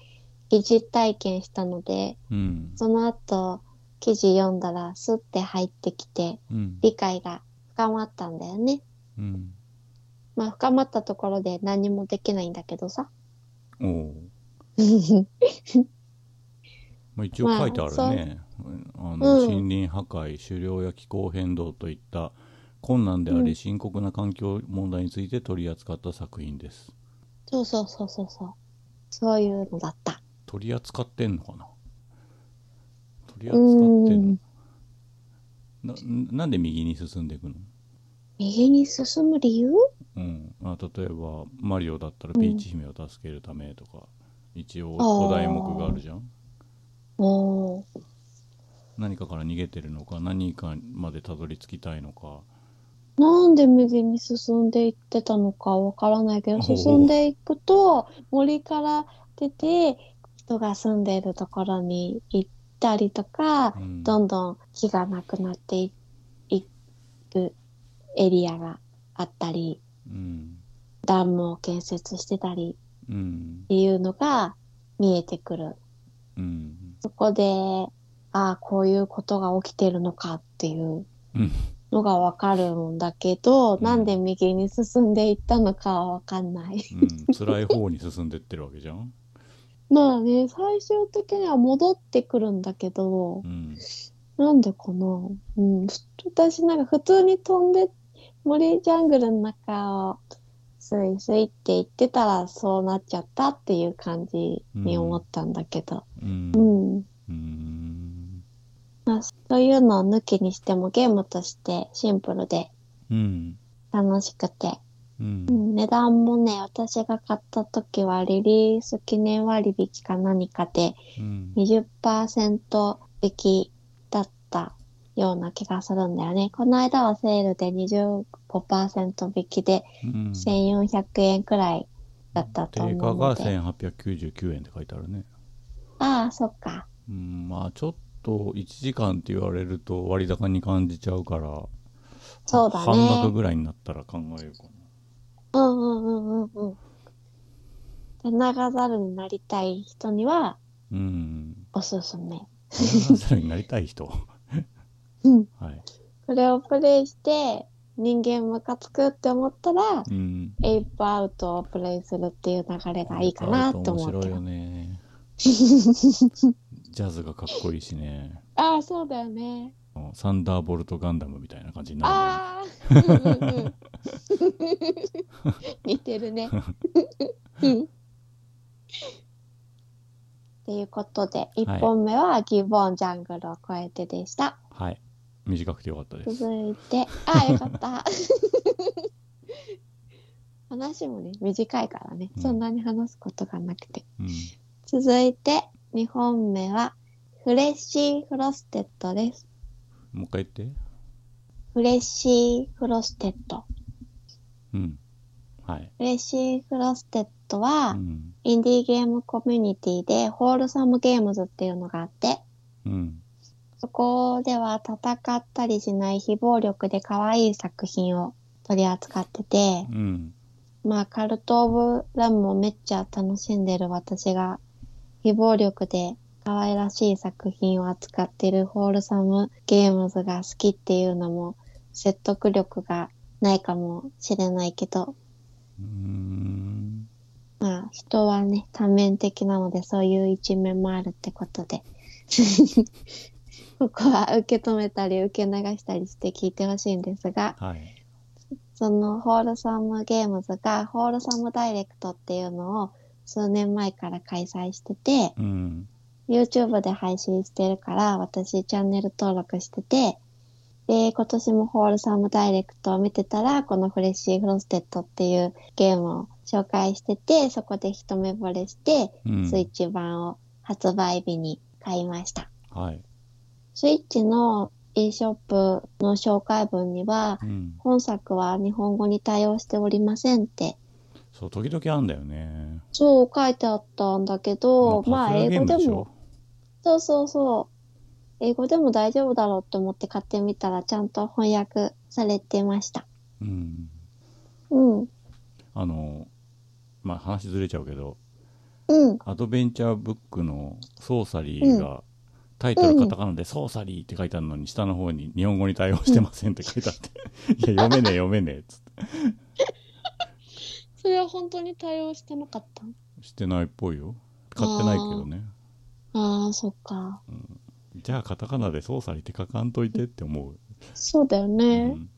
Speaker 1: 疑似体験したので、
Speaker 2: うん
Speaker 1: その後記事読んだらスッて入ってきて、
Speaker 2: うん
Speaker 1: 理解が深まったんだよね。
Speaker 2: うん
Speaker 1: まあ深まったところで何もできないんだけどさ。
Speaker 2: おおうまあ、一応書いてあるね、あの
Speaker 1: うん
Speaker 2: 森林破壊狩猟や気候変動といった困難であ
Speaker 1: うん
Speaker 2: り深刻な環境問題について取り扱った作品です、
Speaker 1: そうそうそうそうそう。そういうのだった。
Speaker 2: 取り扱ってんのかな取り
Speaker 1: う
Speaker 2: 扱って
Speaker 1: ー
Speaker 2: ん
Speaker 1: ん。
Speaker 2: のななんで右に進んでいくの
Speaker 1: 右に進む理由
Speaker 2: うんまあ、例えば「マリオ」だったら「ピーチ姫を助けるため」とか、一応お題目があるじゃん
Speaker 1: おー
Speaker 2: 何かから逃げてるのか何かまでたどり着きたいのか
Speaker 1: なんで右に進んでいってたのかわからないけ
Speaker 2: お
Speaker 1: ど、
Speaker 2: ー
Speaker 1: 進んでいくと森から出て人が住んでいるところに行ったりとか、
Speaker 2: うん
Speaker 1: どんどん木がなくなっていいくエリアがあったり、
Speaker 2: うん
Speaker 1: ダムを建設してたり
Speaker 2: うん
Speaker 1: っていうのが見えてくる。
Speaker 2: うん
Speaker 1: そこで、ああ、こういうことが起きてるのかっていう
Speaker 2: うん
Speaker 1: のがわかるんだけど、
Speaker 2: うん
Speaker 1: なんで右に進んでいったのかはわかんない。
Speaker 2: うん、辛い方に進んでってるわけじゃん。
Speaker 1: まあね、最終的には戻ってくるんだけど
Speaker 2: う、ん、
Speaker 1: なんでかなうん、ふ私なんか普通に飛んで、森ジャングルの中をスイスイって言ってたらそうなっちゃったっていう感じに思ったんだけど。
Speaker 2: うん、
Speaker 1: うん。
Speaker 2: うん、
Speaker 1: まあ、そういうのを抜きにしてもゲームとしてシンプルで
Speaker 2: うん、
Speaker 1: 楽しくて。
Speaker 2: う、
Speaker 1: うんん、値段もね、私が買った時はリリース記念割引か何かで
Speaker 2: うん、
Speaker 1: 20%引きだったような気がするんだよね。この間はセールで25%引きで
Speaker 2: うん、
Speaker 1: 1400円くらいだったと
Speaker 2: 定
Speaker 1: 思
Speaker 2: 価
Speaker 1: うの
Speaker 2: が
Speaker 1: で。
Speaker 2: 千八百九十九円って書いてあるね。
Speaker 1: ああ、そっか。
Speaker 2: うん、まあちょっと一時間って言われると割高に感じちゃうから、
Speaker 1: そうだね
Speaker 2: 半額ぐらいになったら考えようか
Speaker 1: うんうんうんうんうん。で、長猿になりたい人には
Speaker 2: な。うん、
Speaker 1: おすすめ。
Speaker 2: それになりたい人。
Speaker 1: うん。
Speaker 2: はい。
Speaker 1: これをプレイして人間ムカつくって思ったら、
Speaker 2: うん。
Speaker 1: エイプアウトをプレイするっていう流れがいいかなと思
Speaker 2: 面
Speaker 1: っ
Speaker 2: 白
Speaker 1: て
Speaker 2: いよ
Speaker 1: る。
Speaker 2: ね。ジャズがかっこいいしね。
Speaker 1: ああ、そうだよね。
Speaker 2: サンダーボルトガンダムみたいな感じになるね、
Speaker 1: ああ、うんうんうん似てるね。うんということで、1本目はギボンジャングルを越えてでした。
Speaker 2: はい。短くてよかったです。
Speaker 1: 続いて、 あ、よかった。 話もね、短いからね
Speaker 2: う、ん
Speaker 1: そんなに話すことがなくて。
Speaker 2: うん。
Speaker 1: 続いて、2本目は、フレッシーフロステッドです。
Speaker 2: もう一回言って。
Speaker 1: フレッシーフロステッド。
Speaker 2: うん。はい。
Speaker 1: フレッシーフロステッド
Speaker 2: う
Speaker 1: は、
Speaker 2: ん。
Speaker 1: インディーゲームコミュニティで、ホールサムゲームズっていうのがあって、
Speaker 2: うん。
Speaker 1: そこでは戦ったりしない非暴力で可愛い作品を取り扱ってて、
Speaker 2: うん。
Speaker 1: まあ、カルト・オブ・ラムもめっちゃ楽しんでる私が、非暴力で可愛らしい作品を扱ってるホールサム・ゲームズが好きっていうのも説得力がないかもしれないけど、
Speaker 2: うーん。
Speaker 1: まあ人はね多面的なのでそういう一面もあるってことで、 ここは受け止めたり受け流したりして聞いてほしいんですが、
Speaker 2: はい。
Speaker 1: そのホールサムゲームズがホールサムダイレクトっていうのを数年前から開催してて、
Speaker 2: うん。
Speaker 1: YouTube で配信してるから私チャンネル登録してて、で、今年もホールサムダイレクトを見てたら、このフレッシーフロステッドっていうゲームを紹介してて、そこで一目惚れして、
Speaker 2: うん。
Speaker 1: スイッチ版を発売日に買いました。
Speaker 2: はい。
Speaker 1: スイッチの e ショップの紹介文には
Speaker 2: う、ん。
Speaker 1: 本作は日本語に対応しておりませんって。
Speaker 2: そう、時々あんだよね。
Speaker 1: そう書いてあったんだけど、まあ
Speaker 2: パズル
Speaker 1: 英
Speaker 2: ゲー
Speaker 1: 語
Speaker 2: ム
Speaker 1: で
Speaker 2: しょ
Speaker 1: も、。そうそうそう。英語でも大丈夫だろうと思って買ってみたらちゃんと翻訳されてました。
Speaker 2: うん。
Speaker 1: うん。
Speaker 2: あの、まあ話ずれちゃうけど、
Speaker 1: うん。
Speaker 2: アドベンチャーブックのソーサリーが、タイトルカタカナで「ソーサリー」って書いてあるのに下の方に「日本語に対応してません」って書いてあって 「いや読めねえ読めねえ」っつって
Speaker 1: それは本当に対応してなかった
Speaker 2: してないっぽいよ買ってないけどね
Speaker 1: ああ、そっか。
Speaker 2: じゃあカタカナで「ソーサリー」って書かんといてって思う、
Speaker 1: そうだよ
Speaker 2: う
Speaker 1: ね。
Speaker 2: ん、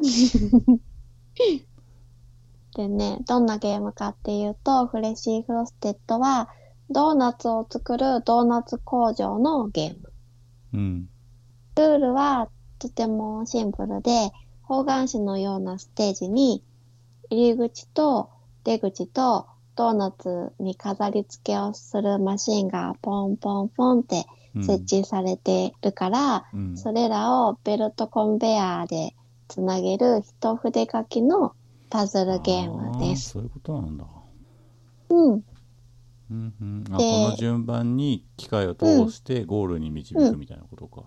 Speaker 1: でね、どんなゲームかっていうと、フレッシーフロステッドは、ドーナツを作るドーナツ工場のゲーム。
Speaker 2: うん
Speaker 1: ルールはとてもシンプルで、方眼紙のようなステージに、入り口と出口とドーナツに飾り付けをするマシンがポンポンポンって
Speaker 2: うん
Speaker 1: 設置されてるから、
Speaker 2: うん
Speaker 1: それらをベルトコンベヤーでつなげる一筆書きのパズルゲームで
Speaker 2: あー
Speaker 1: す。
Speaker 2: そういうことなんだ。
Speaker 1: うん、
Speaker 2: うんうん、あ
Speaker 1: で
Speaker 2: この順番に機械を通してゴールに導くみたいなことか。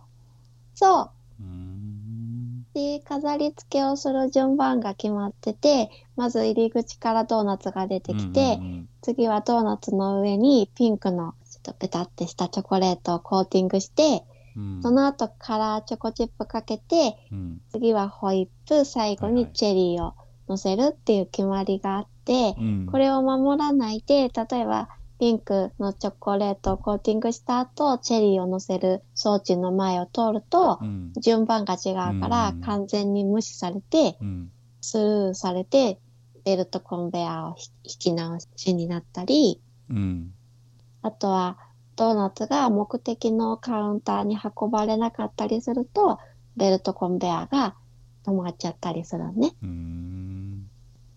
Speaker 1: そう。
Speaker 2: うーん
Speaker 1: で、飾り付けをする順番が決まってて、まず入り口からドーナツが出てきて、
Speaker 2: うんうん
Speaker 1: 次はドーナツの上にピンクのちょっとペタってしたチョコレートをコーティングして、
Speaker 2: うんうん
Speaker 1: その後カラーチョコチップかけて、
Speaker 2: うん
Speaker 1: 次はホイップ、最後
Speaker 2: はい
Speaker 1: に
Speaker 2: はい
Speaker 1: チェリーを乗せるっていう決まりがあって、
Speaker 2: うん
Speaker 1: これを守らないで、例えばピンクのチョコレートをコーティングした後、チェリーを乗せる装置の前を通ると、
Speaker 2: うん
Speaker 1: 順番が違うから、
Speaker 2: うん
Speaker 1: 完全に無視されて、
Speaker 2: うん
Speaker 1: スルーされて、ベルトコンベヤーをひ引き直しになったり、
Speaker 2: うん
Speaker 1: あとはドーナツが目的のカウンターに運ばれなかったりすると、ベルトコンベヤーが止まっちゃったりするのね。
Speaker 2: うーん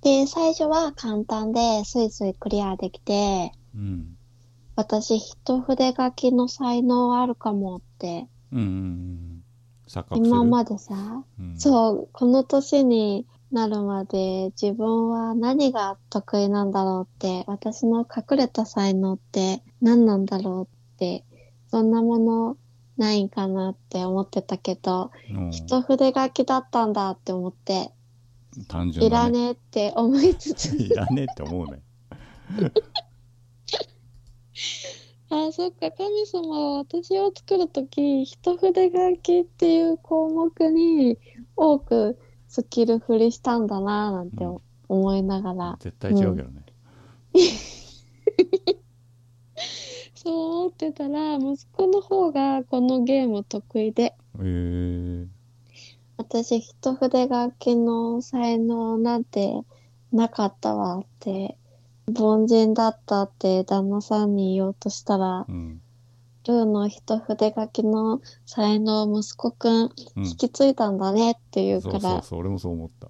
Speaker 1: で、最初は簡単でスイスイクリアできて、
Speaker 2: うん
Speaker 1: 私一筆書きの才能あるかもって、
Speaker 2: うんうん錯覚する
Speaker 1: 今までさ、
Speaker 2: うん
Speaker 1: そう、この年になるまで自分は何が得意なんだろうって、私の隠れた才能って何なんだろうって、そんなものないんかなって思ってたけど、
Speaker 2: うん
Speaker 1: 一筆書きだったんだって思って、
Speaker 2: 単純
Speaker 1: い
Speaker 2: だ
Speaker 1: ら
Speaker 2: ね
Speaker 1: ねえって思いつつ、
Speaker 2: いらねえって 思うね
Speaker 1: あ、そっか、神様は私を作るとき、一筆書きっていう項目に多くスキル振りしたんだなぁなんて
Speaker 2: うん
Speaker 1: 思いながら、
Speaker 2: 絶対違うけどね
Speaker 1: そう思ってたら息子の方がこのゲーム得意で
Speaker 2: へえ
Speaker 1: 私一筆書きの才能なんてなかったわって凡人だったって旦那さんに言おうとしたら
Speaker 2: うん
Speaker 1: ルーの一筆書きの才能を息子くん
Speaker 2: うん
Speaker 1: 引き継いだんだねって言う
Speaker 2: そ
Speaker 1: か
Speaker 2: うそう
Speaker 1: ら
Speaker 2: そう俺もそう思った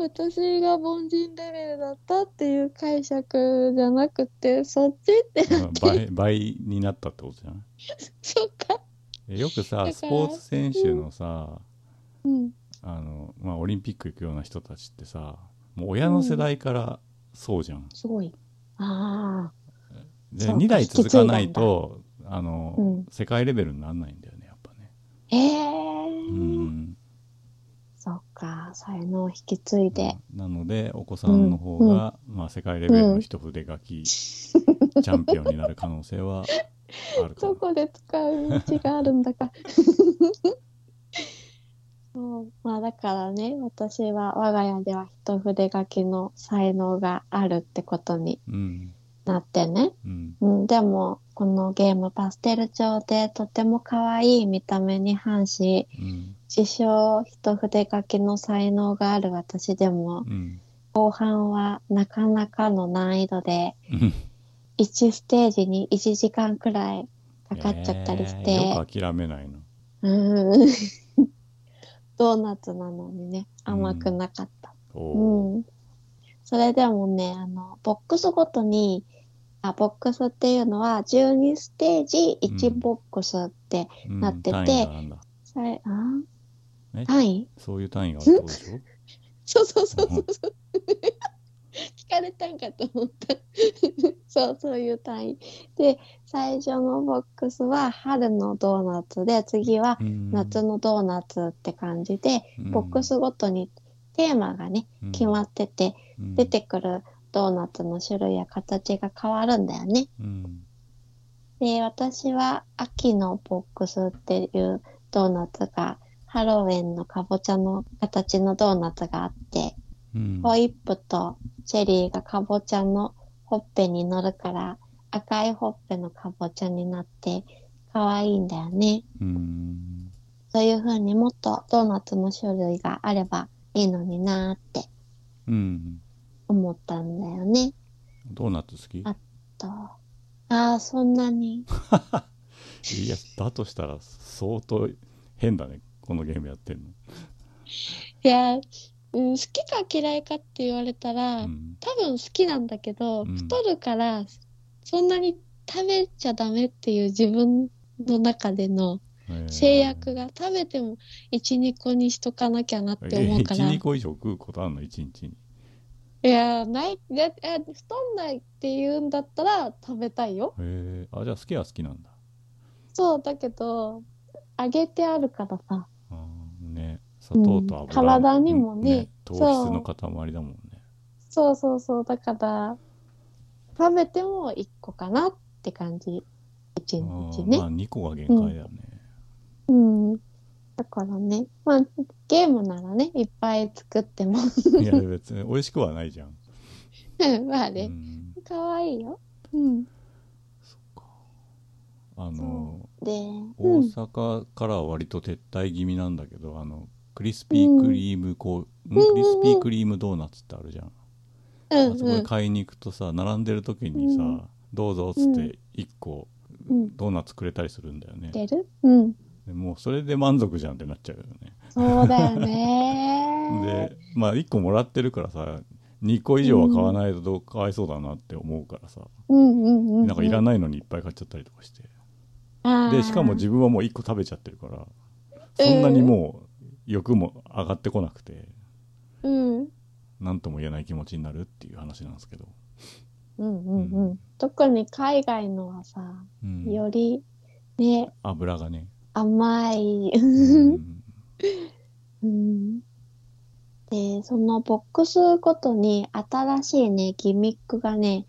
Speaker 1: 私が凡人レベルだったっていう解釈じゃなくてそっちって
Speaker 2: うん 倍倍になったってことじゃない
Speaker 1: そっか
Speaker 2: えよく
Speaker 1: だ
Speaker 2: さ
Speaker 1: から
Speaker 2: スポーツ選手のさ
Speaker 1: うん
Speaker 2: あの、まあ、オリンピック行くような人たちってさもう親の世代からそうじゃん、
Speaker 1: すごいああ
Speaker 2: で
Speaker 1: そうか
Speaker 2: 2代続かないとあの、
Speaker 1: うん
Speaker 2: 世界レベルにならないんだよねやっぱね
Speaker 1: ええ
Speaker 2: う
Speaker 1: ー
Speaker 2: ん
Speaker 1: そっか、才能を引き継いで。
Speaker 2: なのでお子さんの方が、まあ、世界レベルの一筆 書き、チャンピオンになる可能性はあるかな
Speaker 1: どこで使う道があるんだか。 そうまあだからね、私は我が家では一筆書きの才能があるってことに
Speaker 2: うん
Speaker 1: なってね。
Speaker 2: うん
Speaker 1: うん、でも、このゲームパステル調でとても可愛い見た目に反し、
Speaker 2: うん
Speaker 1: 自称一筆書きの才能がある私でも、
Speaker 2: うん
Speaker 1: 後半はなかなかの難易度で、
Speaker 2: うん
Speaker 1: 1ステージに1時間くらいかかっちゃったりして、
Speaker 2: えーよく諦めないの
Speaker 1: うん ドーナツなのにね甘くなかった、う
Speaker 2: お
Speaker 1: ん
Speaker 2: ー
Speaker 1: それでもねあのボックスごとにあボックスっていうのは12ステージ1ボックスって、
Speaker 2: うん
Speaker 1: なってて
Speaker 2: 単位がなんだ
Speaker 1: さえあ
Speaker 2: え
Speaker 1: 単位
Speaker 2: そういう単位があるってことでしょ
Speaker 1: そうそうそうそうそう聞かれたんかと思ったそうそういう単位で最初のボックスは春のドーナツで次は
Speaker 2: うん
Speaker 1: 夏のドーナツって感じで、
Speaker 2: うん
Speaker 1: ボックスごとにテーマがね
Speaker 2: うん
Speaker 1: 決まってて、
Speaker 2: うん
Speaker 1: 出てくるドーナツの種類や形が変わるんだよね。
Speaker 2: うん
Speaker 1: で私は秋のボックスっていうドーナツがハロウィンのかぼちゃの形のドーナツがあって
Speaker 2: うん
Speaker 1: ホイップとチェリーがかぼちゃのほっぺに乗るから赤いほっぺのかぼちゃになって可愛いんだよね。
Speaker 2: うん
Speaker 1: そういう風にもっとドーナツの種類があればいいのになーって
Speaker 2: うん
Speaker 1: 思ったんだよね。
Speaker 2: ドーナツ好き
Speaker 1: あと、ああ、そんなに。
Speaker 2: いやだとしたら相当変だねこのゲームやってんの
Speaker 1: いや、うん、好きか嫌いかって言われたら、
Speaker 2: うん
Speaker 1: 多分好きなんだけど、
Speaker 2: うん
Speaker 1: 太るからそんなに食べちゃダメっていう自分の中での
Speaker 2: えー
Speaker 1: 制約が食べても12個にしとかなきゃなって思うから、
Speaker 2: え12個以上食うことあるの1日に
Speaker 1: いやーないいやいや太んないって言うんだったら食べたいよ
Speaker 2: へえあじゃあ好きは好きなんだ
Speaker 1: そうだけど揚げてあるからさ
Speaker 2: あーね砂糖と油、
Speaker 1: うん体にもね
Speaker 2: 糖
Speaker 1: そう
Speaker 2: 質の塊だもんね
Speaker 1: そうそうそうだから食べても1個かなって感じ
Speaker 2: あ
Speaker 1: 1日
Speaker 2: ー
Speaker 1: ね
Speaker 2: まあ2個が限界だよね、
Speaker 1: うん。だからね、まあ、ゲームならね、いっぱい作っても。
Speaker 2: いや別に美味しくはないじゃん、
Speaker 1: うんまあ
Speaker 2: う
Speaker 1: ね、
Speaker 2: ん
Speaker 1: かわいいよ。うん。
Speaker 2: あの
Speaker 1: で、
Speaker 2: 大
Speaker 1: うん。
Speaker 2: 阪からは割と撤退気味なんだけどあのクリスピークリームこう、ん
Speaker 1: うんうんうん
Speaker 2: クリスピークリームドーナツってあるじゃん、
Speaker 1: うん
Speaker 2: あそこで買いに行くとさ並んでる時にさ、
Speaker 1: うん
Speaker 2: どうぞっつっ
Speaker 1: うん
Speaker 2: て1個
Speaker 1: うん。うん。
Speaker 2: ドーナツくれたりするんだよね、
Speaker 1: 出るうん。
Speaker 2: でもうそれで満足じゃんってなっちゃうよね
Speaker 1: そうだよね
Speaker 2: でまあ1個もらってるからさ2個以上は買わないとどうかわいそうだなって思うからさ、
Speaker 1: うんうんうんうん。
Speaker 2: なんかいらないのにいっぱい買っちゃったりとかして、
Speaker 1: あー
Speaker 2: でしかも自分はもう1個食べちゃってるからそんなにもう欲も上がってこなくて
Speaker 1: うん。
Speaker 2: 何とも言えない気持ちになるっていう話なんですけど、
Speaker 1: うんうんう。
Speaker 2: うん
Speaker 1: 特に海外のはさ、
Speaker 2: うん
Speaker 1: より、ね、
Speaker 2: 油がね、
Speaker 1: 甘い。
Speaker 2: うん
Speaker 1: うんで、そのボックスごとに新しいね、ギミックがね、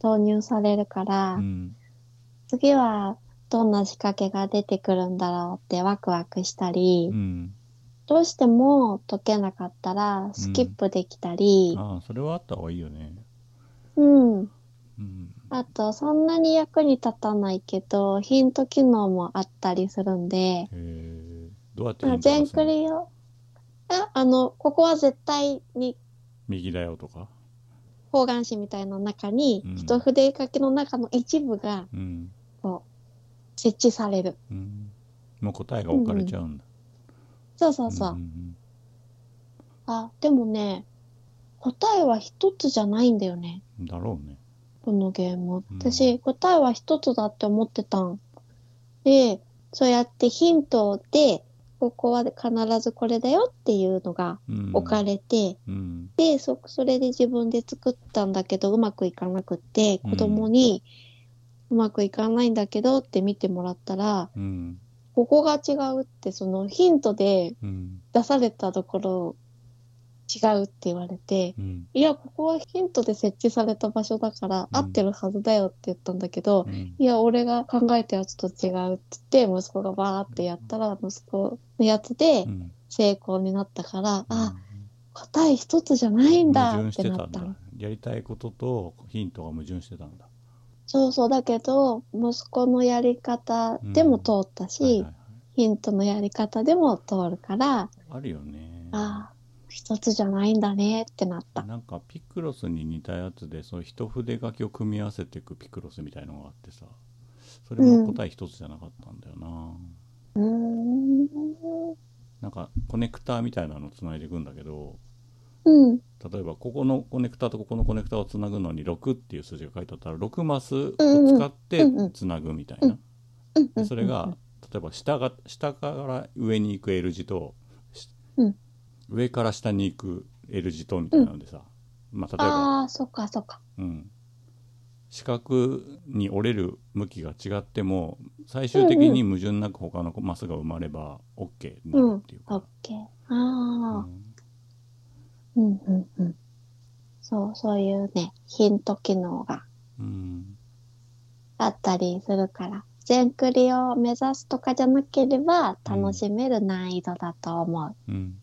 Speaker 1: 投入されるから、
Speaker 2: うん
Speaker 1: 次はどんな仕掛けが出てくるんだろうってワクワクしたり、
Speaker 2: うん、
Speaker 1: どうしても解けなかったらスキップできたり、
Speaker 2: ああそれはあった方がいいよね、
Speaker 1: うん。
Speaker 2: うん、
Speaker 1: あと、そんなに役に立たないけど、ヒント機能もあったりするんで、
Speaker 2: へえどうやって
Speaker 1: まあ、
Speaker 2: インタラ
Speaker 1: 全
Speaker 2: ンスの
Speaker 1: クリを、あ、あの、ここは絶対に
Speaker 2: 右だよとか、
Speaker 1: 方眼紙みたいな中に、
Speaker 2: うん
Speaker 1: 一筆書きの中の一部が
Speaker 2: うん
Speaker 1: 設置される。
Speaker 2: うん、もう答えが置かれちゃうんだ、
Speaker 1: そうそうそう。
Speaker 2: んん
Speaker 1: あ、でもね、答えは一つじゃないんだよね。
Speaker 2: うんだろうね
Speaker 1: このゲーム。
Speaker 2: うん
Speaker 1: 私、答えは一つだって思ってたん。で、そうやってヒントで、ここは必ずこれだよっていうのが
Speaker 2: うん
Speaker 1: 置かれて、
Speaker 2: うん
Speaker 1: で、そ、それで自分で作ったんだけど、うまくいかなくって、
Speaker 2: うん
Speaker 1: 子供に、うまくいかないんだけどって見てもらったら、
Speaker 2: うん
Speaker 1: ここが違うって、そのヒントで
Speaker 2: うん
Speaker 1: 出されたところ違うって言われて、
Speaker 2: うん
Speaker 1: いや、ここはヒントで設置された場所だから
Speaker 2: うん
Speaker 1: 合ってるはずだよって言ったんだけど、
Speaker 2: うん
Speaker 1: いや、俺が考えたやつと違うって言って、息子がバーってやったら、息子のやつで
Speaker 2: うん
Speaker 1: 成功になったから、あ、答え一つじゃないんだ
Speaker 2: 矛
Speaker 1: っ
Speaker 2: 盾してて
Speaker 1: な
Speaker 2: た
Speaker 1: っ
Speaker 2: ん
Speaker 1: た
Speaker 2: だ
Speaker 1: の。
Speaker 2: やりたいこととヒントが矛盾してたんだ
Speaker 1: そうそう、だけど、息子のやり方でも通ったし、
Speaker 2: はいはいはい
Speaker 1: ヒントのやり方でも通るから、
Speaker 2: あるよね
Speaker 1: ああ、一つじゃないんだねってなった。
Speaker 2: なんかピクロスに似たやつでそう一筆書きを組み合わせていくピクロスみたいのがあってさそれも答え一つじゃなかったんだよな、
Speaker 1: うーん。
Speaker 2: なんかコネクターみたいなのつないでいくんだけど
Speaker 1: うん。
Speaker 2: 例えばここのコネクタとここのコネクタをつなぐのに6っていう数字が書いてあったら6マスを使って
Speaker 1: うんうん
Speaker 2: つなぐみたいな、
Speaker 1: うんうん。
Speaker 2: それが例えば下が下から上に行く L 字と、し
Speaker 1: うん
Speaker 2: 上から下に行く L 字とみたいなのでさ、まあ、例えば、
Speaker 1: ああ、そっかそっか。
Speaker 2: うん、四角に折れる向きが違っても最終的に矛盾なく他のマスが生まれば OK になるっていう
Speaker 1: オッ
Speaker 2: か、
Speaker 1: ケー。
Speaker 2: うん
Speaker 1: ああ、うんうんうん。そう、そういうね、ヒント機能が
Speaker 2: うん
Speaker 1: あったりするから、全クリを目指すとかじゃなければ楽しめる難易度だと思う。
Speaker 2: うん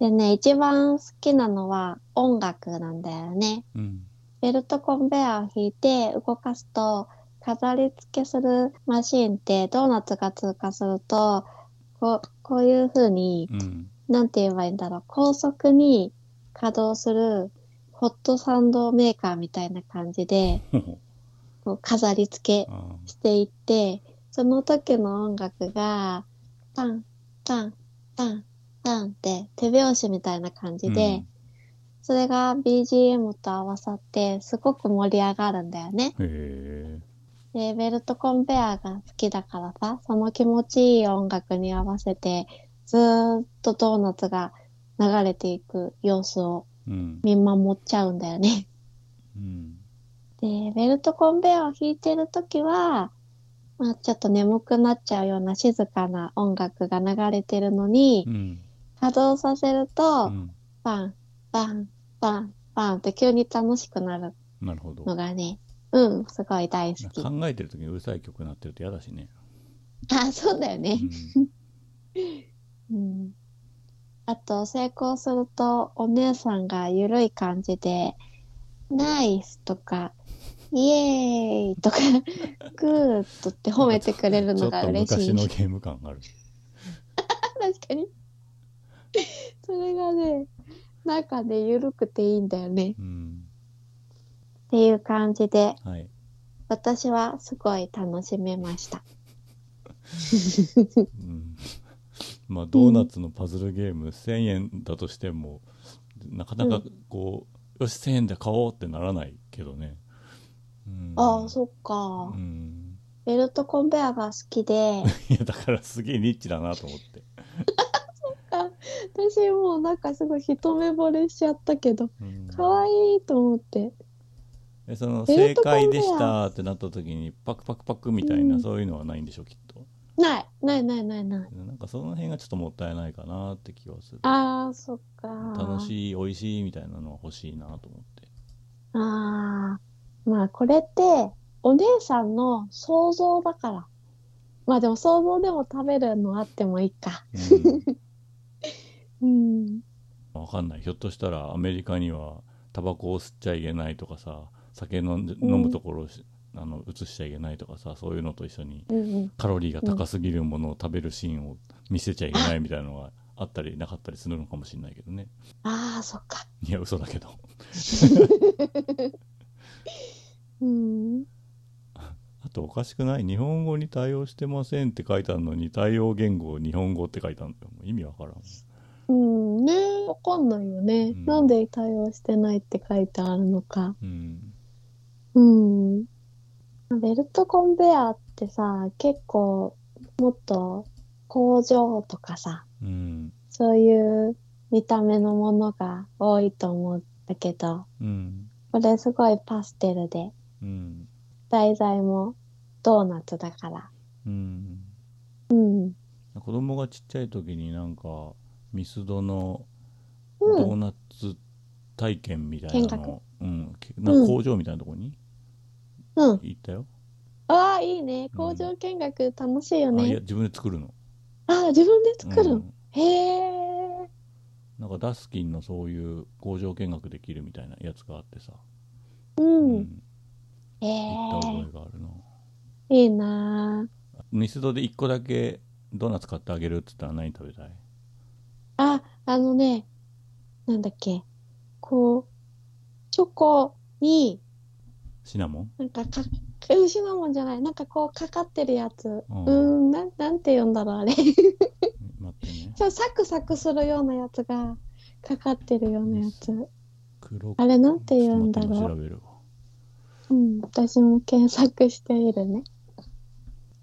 Speaker 1: でね、一番好きなのは音楽なんだよね。
Speaker 2: うん
Speaker 1: ベルトコンベアを引いて動かすと飾り付けするマシンってドーナツが通過するとこうこういう風に
Speaker 2: うん
Speaker 1: なんて言えばいいんだろう高速に稼働するホットサンドメーカーみたいな感じで
Speaker 2: ほほ
Speaker 1: こう飾り付け
Speaker 2: あ
Speaker 1: していってその時の音楽がパンパンパンタンって手拍子みたいな感じで、
Speaker 2: うん
Speaker 1: それが BGM と合わさってすごく盛り上がるんだよね。
Speaker 2: へ
Speaker 1: で、ベルトコンベアが好きだからさ、その気持ちいい音楽に合わせてずーっとドーナツが流れていく様子を
Speaker 2: えうん
Speaker 1: 見守っちゃうんだよね。
Speaker 2: うん
Speaker 1: で、ベルトコンベアを弾いてるときは、まあちょっと眠くなっちゃうような静かな音楽が流れてるのに
Speaker 2: う、ん
Speaker 1: 稼働させる
Speaker 2: う
Speaker 1: と、
Speaker 2: ん
Speaker 1: バン、バン、バン、バンって急に楽しくなる
Speaker 2: なるほど
Speaker 1: のがね、うん、すごい大好き。
Speaker 2: 考えてる時にうるさい曲になってると嫌だしね、
Speaker 1: あ、そうだよ
Speaker 2: う
Speaker 1: ね。
Speaker 2: ん、
Speaker 1: うん。あと、成功すると、お姉さんがゆるい感じで、ナイスとか、イエーイと か、グーッとって褒めてくれるのが嬉し
Speaker 2: ち
Speaker 1: い。
Speaker 2: ょっと昔のゲーム感がある
Speaker 1: 確かに。それがね、なんかね、ゆるくていいんだよね。
Speaker 2: うん
Speaker 1: っていう感じで、
Speaker 2: はい
Speaker 1: 私はすごい楽しめました。
Speaker 2: うんまあドーナツのパズルゲーム1000円だとしてもなかなかこう、よし1000円で買おうってならないけどね、うん、
Speaker 1: ああ、そっ
Speaker 2: う
Speaker 1: か。
Speaker 2: ん
Speaker 1: ベルトコンベアが好きで、
Speaker 2: いやだからすげえニッチだなと思って、
Speaker 1: 私もうなんかすごい一目惚れしちゃったけど、
Speaker 2: うん、
Speaker 1: 可愛いと思って。
Speaker 2: えその
Speaker 1: ベ
Speaker 2: 正
Speaker 1: ルトコンベア
Speaker 2: 解でしたってなった時にパクパクパクみたいな、
Speaker 1: うん
Speaker 2: そういうのはないんでしょきっと
Speaker 1: ない、ないないないない。
Speaker 2: なんかその辺がちょっともったいないかなって気はする
Speaker 1: ああ、そっか。
Speaker 2: 楽
Speaker 1: い。
Speaker 2: しい美味しいみたいなのは欲しいなと 思って
Speaker 1: ああ、まあこれって、お姉さんの想像だから。まあでも想像でも食べるのあってもいいか。
Speaker 2: う
Speaker 1: う
Speaker 2: ん
Speaker 1: ん。
Speaker 2: わかんないひょっとしたらアメリカにはタバコを吸っちゃいけないとかさ酒飲んで
Speaker 1: うん
Speaker 2: 飲むところをしあの移しちゃいけないとかさそういうのと一緒に
Speaker 1: うんうん。
Speaker 2: カロリーが高すぎるものを食べるシーンを見せちゃいけないみたいなのがあったりなかったりするのかもしれないけどね
Speaker 1: ああ、そっか。
Speaker 2: いや嘘だけど
Speaker 1: うん。
Speaker 2: あとおかしくない日本語に対応してませんって書いてあるのに対応言語を日本語って書いてあるんだよもう意味わからん
Speaker 1: うんねわかんないよね、
Speaker 2: うん
Speaker 1: なんで対応してないって書いてあるのか。
Speaker 2: うん
Speaker 1: うん。ベルトコンベアってさ、結構もっと工場とかさ、
Speaker 2: うん
Speaker 1: そういう見た目のものが多いと思うんだけど、
Speaker 2: うん
Speaker 1: これすごいパステルで、
Speaker 2: うん
Speaker 1: 題材もドーナツだから。
Speaker 2: うん
Speaker 1: うん。
Speaker 2: 子供がちっちゃい時になんかミスドの
Speaker 1: う
Speaker 2: ドー
Speaker 1: ん。
Speaker 2: ナツ体験みたいなの、うんけな
Speaker 1: うん
Speaker 2: 工場みたいなとこに
Speaker 1: うん。
Speaker 2: 行ったよ、
Speaker 1: ああ、いいね。工場見学楽しいよ
Speaker 2: あいや
Speaker 1: ね。
Speaker 2: 自分で作るの
Speaker 1: ああ、自分で作る
Speaker 2: う
Speaker 1: の、
Speaker 2: ん
Speaker 1: へえ。
Speaker 2: なんかダスキンのそういう工場見学できるみたいなやつがあってさ、
Speaker 1: うん。え
Speaker 2: 行った覚
Speaker 1: ー、
Speaker 2: えがあるな、
Speaker 1: いいなぁ
Speaker 2: ミスドで1個だけドーナツ買ってあげるっつったら何食べたい
Speaker 1: あ、あのね、なんだっけ、こう、チョコに、
Speaker 2: シナモン
Speaker 1: なんかか、うんシナモンじゃない、なんかこうかかってるやつ。う
Speaker 2: あー
Speaker 1: ーん、なん、なんて言うんだろう、あれ。 ち
Speaker 2: 待ってね
Speaker 1: ょサクサクするようなやつが、かかってるようなやつ。
Speaker 2: 黒
Speaker 1: あれ、なんて言うんだ
Speaker 2: ちょっと待
Speaker 1: ろ
Speaker 2: って調べるわ
Speaker 1: う。うん、私も検索してみるね。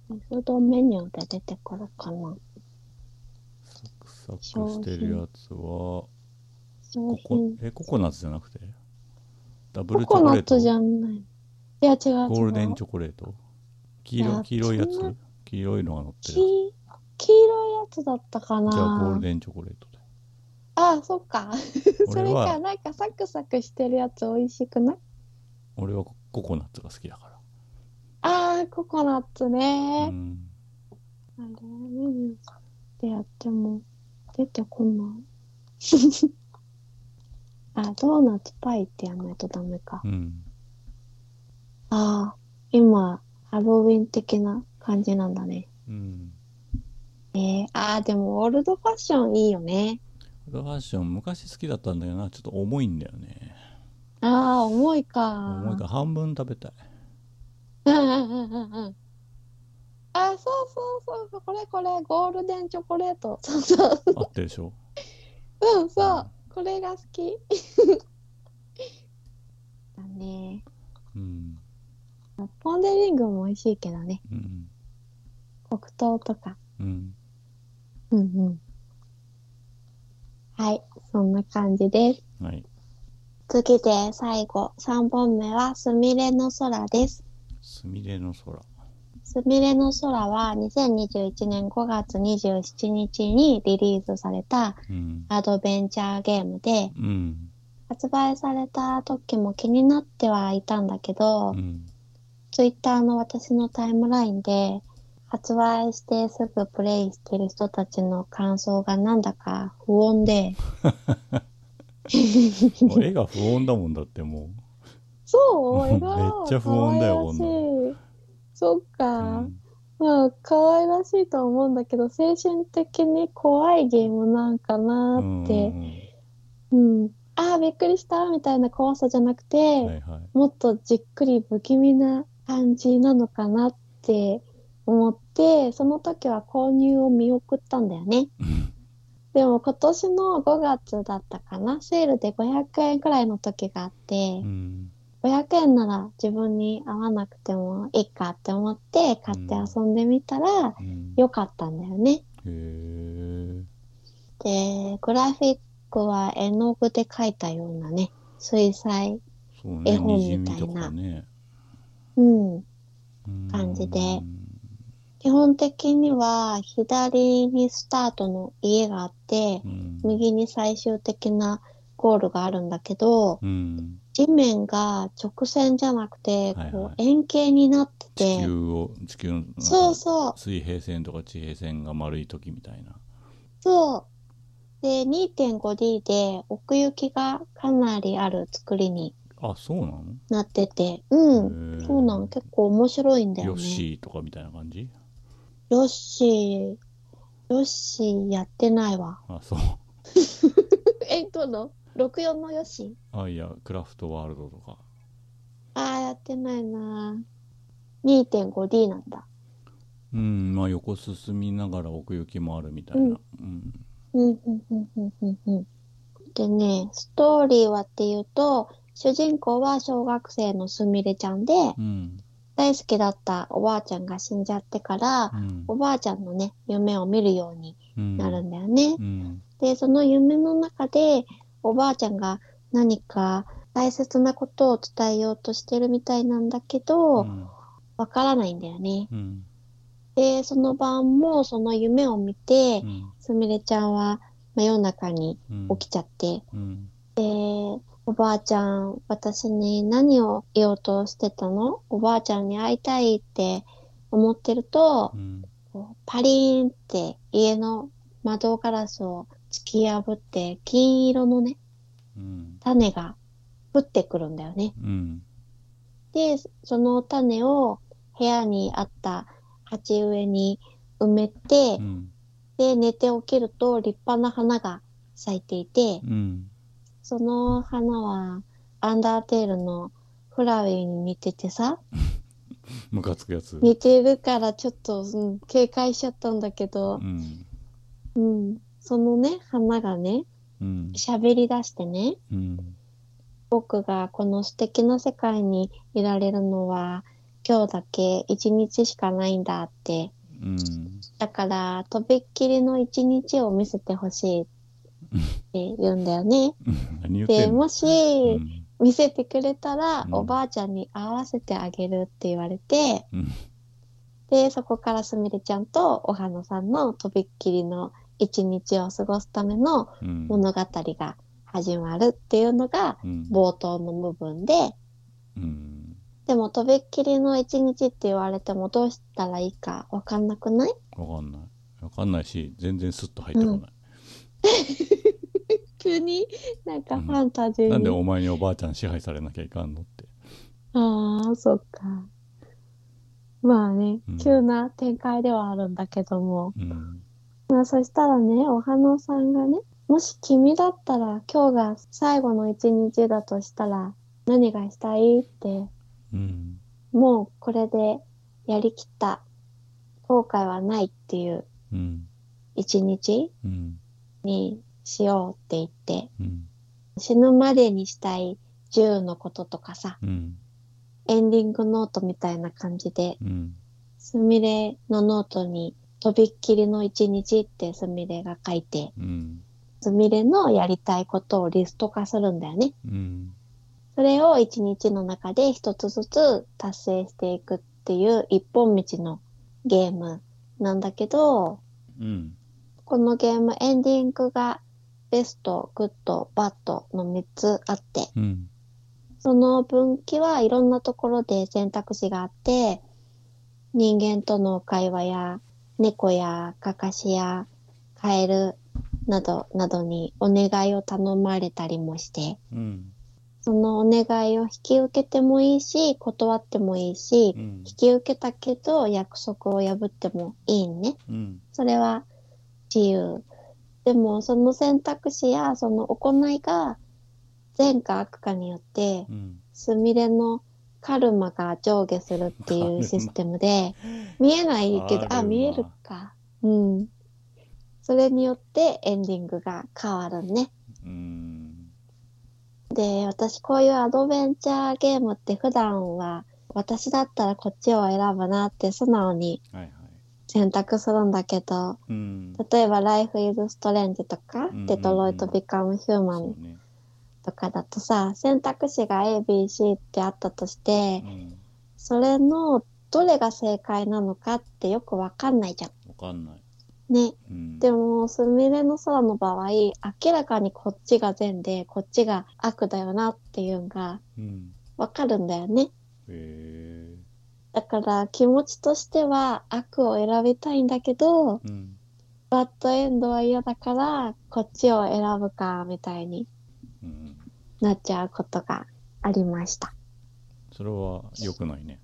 Speaker 1: ミスドメニューで出てくるかな。
Speaker 2: サクサクしてるやつは
Speaker 1: 商
Speaker 2: ココ
Speaker 1: 品。
Speaker 2: えココナッツじゃなくてダブ
Speaker 1: コ
Speaker 2: ルチョ
Speaker 1: コ
Speaker 2: コ
Speaker 1: ナ
Speaker 2: レー
Speaker 1: ッ
Speaker 2: ト
Speaker 1: ツじゃない。いや、違う違う。
Speaker 2: ゴールデンチョコレート黄
Speaker 1: い
Speaker 2: 色
Speaker 1: や
Speaker 2: 黄色いや
Speaker 1: そん
Speaker 2: つ
Speaker 1: な
Speaker 2: 黄色いのが乗ってるや
Speaker 1: き黄色いやつだったかな
Speaker 2: つじゃあゴールデンチョコレートで
Speaker 1: ああそっかそ
Speaker 2: 俺
Speaker 1: れか
Speaker 2: は
Speaker 1: なんかサクサクしてるやつ美味しくない
Speaker 2: 俺はコココナッツが好きだか
Speaker 1: ああココナッツ
Speaker 2: ら、う
Speaker 1: ね、
Speaker 2: ん、
Speaker 1: あれメニューでやっても出てこない あドーナツパイってやんないとダメか
Speaker 2: うん、
Speaker 1: ああ今ハロウィン的な感じなんだね
Speaker 2: うん
Speaker 1: えー、ああでもオールドファッションいいよね
Speaker 2: ファッション昔好きだったんだよなちょっと重いんだよね
Speaker 1: ああ重いか
Speaker 2: 重いから半分食べたい
Speaker 1: うんうんうんうんうんあ、そうそうそうそう、これこれ、ゴールデンチョコレート。そうそう。
Speaker 2: 合ってるでしょ
Speaker 1: うん、そう。これが好き。だね。
Speaker 2: うん
Speaker 1: ポンデリングも美味しいけどね。
Speaker 2: うん
Speaker 1: 黒糖とか。
Speaker 2: うん
Speaker 1: うんうん。はい。そんな感じです。
Speaker 2: はい
Speaker 1: 次で最後、3本目は、すみれの空です。
Speaker 2: すみれの空
Speaker 1: すみれの空は2021年5月27日にリリースされた
Speaker 2: うん
Speaker 1: アドベンチャーゲームで、
Speaker 2: うん
Speaker 1: 発売された時も気になってはいたんだけど、
Speaker 2: うん
Speaker 1: ツイッターの私のタイムラインで、発売してすぐプレイしてる人たちの感想がなんだか不穏で、
Speaker 2: もう絵が不穏だもんだっても
Speaker 1: そう
Speaker 2: めっちゃ不穏
Speaker 1: 可
Speaker 2: だよ
Speaker 1: 愛らしいそっ
Speaker 2: う、う
Speaker 1: か、
Speaker 2: ん
Speaker 1: まあ可愛らしいとは思うんだけど、精神的に怖いゲームなんかな
Speaker 2: うん
Speaker 1: っ
Speaker 2: う
Speaker 1: て、
Speaker 2: ん
Speaker 1: うんああ、びっくりしたみたいな怖さじゃなくて、
Speaker 2: うんはいはい
Speaker 1: もっとじっくり不気味な感じなのかなって思って、その時は購入を見送ったんだよね。でも今年の5月だったかな、セールで500円くらいの時があって、
Speaker 2: うん
Speaker 1: 500円なら自分に合わなくてもいいかって思って買って遊んでみたら
Speaker 2: うん
Speaker 1: 良かったんだよね。
Speaker 2: へえ
Speaker 1: で、グラフィックは絵の具で描いたようなね、水彩、
Speaker 2: そう
Speaker 1: 絵
Speaker 2: ね
Speaker 1: 本
Speaker 2: にじ
Speaker 1: み
Speaker 2: み
Speaker 1: たいな
Speaker 2: とかね
Speaker 1: うん。
Speaker 2: うん
Speaker 1: 感じで基本的には左にスタートの家があって
Speaker 2: う、ん
Speaker 1: 右に最終的なゴールがあるんだけど、
Speaker 2: うん
Speaker 1: 地面が直線じゃなくて、
Speaker 2: はいはい
Speaker 1: こう円形になってて、
Speaker 2: 地球を地球の
Speaker 1: そうそう、
Speaker 2: 水平線とか地平線が丸い時みたいな
Speaker 1: そう。で、2.5D で奥行きがかなりある作りに
Speaker 2: あそうなの
Speaker 1: なってて、うん。
Speaker 2: へー
Speaker 1: そうなん、結構面白いんだよね。
Speaker 2: ヨッシーとかみたいな感じ
Speaker 1: よし、よし、やってないわ。
Speaker 2: あそう
Speaker 1: え、どの ?64 のよし
Speaker 2: あいやクラフトワールドとか
Speaker 1: ああ、やってないなー。2.5D なんだ。
Speaker 2: うんまあ横進みながら奥行きもあるみたいなうん
Speaker 1: うん、うん、うん、うん、うん、うん。でね、ストーリーはっていうと、主人公は小学生のすみれちゃんで、
Speaker 2: うん
Speaker 1: 大好きだったおばあちゃんが死んじゃってから
Speaker 2: う、ん
Speaker 1: おばあちゃんのね、夢を見るように
Speaker 2: うん
Speaker 1: なるんだよね。
Speaker 2: うん
Speaker 1: で、その夢の中で、おばあちゃんが何か大切なことを伝えようとしてるみたいなんだけ
Speaker 2: う
Speaker 1: ど、
Speaker 2: ん
Speaker 1: わからないんだよね。
Speaker 2: うん
Speaker 1: で、その晩もその夢を見て
Speaker 2: う、ん
Speaker 1: すみれちゃんは真夜中に
Speaker 2: うん
Speaker 1: 起きちゃって、
Speaker 2: うん
Speaker 1: おばあちゃん、私に何を言おうとしてたのおばあちゃんに会いたいって思ってると
Speaker 2: う、ん
Speaker 1: こうパリーンって家の窓ガラスを突き破って金色のね、
Speaker 2: うん
Speaker 1: 種が降ってくるんだよね。
Speaker 2: うん
Speaker 1: で、その種を部屋にあった鉢植えに埋めて、
Speaker 2: うん
Speaker 1: で、寝て起きると立派な花が咲いていて、
Speaker 2: うん
Speaker 1: その花はアンダーテールのフラウェイに似ててさ、
Speaker 2: ムカつくやつ
Speaker 1: 似てるからちょっと、うん、警戒しちゃったんだけど
Speaker 2: う、ん
Speaker 1: うん、そのね、花がね、
Speaker 2: うん
Speaker 1: 喋り出してね、
Speaker 2: うん
Speaker 1: 僕がこの素敵な世界にいられるのは今日だけ一日しかないんだって。
Speaker 2: うん
Speaker 1: だから、とびっきりの一日を見せてほしいって言うんだよね。
Speaker 2: 何言って
Speaker 1: で、
Speaker 2: んの
Speaker 1: もし
Speaker 2: うん
Speaker 1: 見せてくれたら、
Speaker 2: うん
Speaker 1: おばあちゃんに会わせてあげるって言われて、
Speaker 2: うん
Speaker 1: で、そこからすみれちゃんとお花さんのとびっきりの一日を過ごすための
Speaker 2: うん
Speaker 1: 物語が始まるっていうのが
Speaker 2: うん
Speaker 1: 冒頭の部分で、
Speaker 2: うん
Speaker 1: でも、とびっきりの一日って言われてもどうしたらいいかわかんなくない
Speaker 2: わかんないわかんないし全然スッと入ってこない
Speaker 1: 急になんか
Speaker 2: うん
Speaker 1: ファンタジーに。
Speaker 2: なんでお前におばあちゃん支配されなきゃいかんのって。
Speaker 1: ああ、そっか。まあね、
Speaker 2: うん
Speaker 1: 急な展開ではあるんだけども。
Speaker 2: うん。
Speaker 1: まあそしたらね、お花さんがね、もし君だったら今日が最後の一日だとしたら何がしたいって、
Speaker 2: うん。
Speaker 1: もうこれでやりきった後悔はないっていう
Speaker 2: うん。
Speaker 1: 一日
Speaker 2: うん。
Speaker 1: にしようって言って、
Speaker 2: うん
Speaker 1: 死ぬまでにしたい10のこととかさ、
Speaker 2: うん
Speaker 1: エンディングノートみたいな感じで、
Speaker 2: うん
Speaker 1: すみれのノートに、とびっきりの一日ってすみれが書いて、
Speaker 2: うん
Speaker 1: すみれのやりたいことをリスト化するんだよね。
Speaker 2: うん
Speaker 1: それを一日の中で一つずつ達成していくっていう一本道のゲームなんだけど、
Speaker 2: うん
Speaker 1: このゲームエンディングがベスト、グッド、バッドの3つあって、
Speaker 2: うん
Speaker 1: その分岐はいろんなところで選択肢があって、人間との会話や、猫や、かかしや、カエルなど、などにお願いを頼まれたりもして、
Speaker 2: うん
Speaker 1: そのお願いを引き受けてもいいし、断ってもいいし、
Speaker 2: うん
Speaker 1: 引き受けたけど約束を破ってもいいね。
Speaker 2: うん
Speaker 1: それは自由。でも、その選択肢やその行いが善か悪かによって、
Speaker 2: うん
Speaker 1: スミレのカルマが上下するっていうシステムで、見えないけど、
Speaker 2: カルマ
Speaker 1: あ、見えるか。うん。それによってエンディングが変わるね。
Speaker 2: うん
Speaker 1: で、私こういうアドベンチャーゲームって普段は、私だったらこっちを選ぶなって素直に
Speaker 2: はいはい
Speaker 1: 選択するんだけど、
Speaker 2: うん
Speaker 1: 例えば Life is Strange とか、
Speaker 2: うん
Speaker 1: デトロイト Become
Speaker 2: そ
Speaker 1: Human
Speaker 2: うね
Speaker 1: とかだとさ、選択肢が A、B、C ってあったとして、
Speaker 2: うん
Speaker 1: それのどれが正解なのかってよくわかんないじゃ
Speaker 2: わかんない
Speaker 1: ん。ね。
Speaker 2: うん
Speaker 1: でも、スミレの空の場合、明らかにこっちが善で、こっちが悪だよなっていうのが
Speaker 2: うん
Speaker 1: わかるんだよね。
Speaker 2: へえ
Speaker 1: だから気持ちとしては悪を選びたいんだけど、
Speaker 2: うん
Speaker 1: バッドエンドは嫌だから、こっちを選ぶか、みたいに
Speaker 2: うん
Speaker 1: なっちゃうことがありました。
Speaker 2: それは良くな いね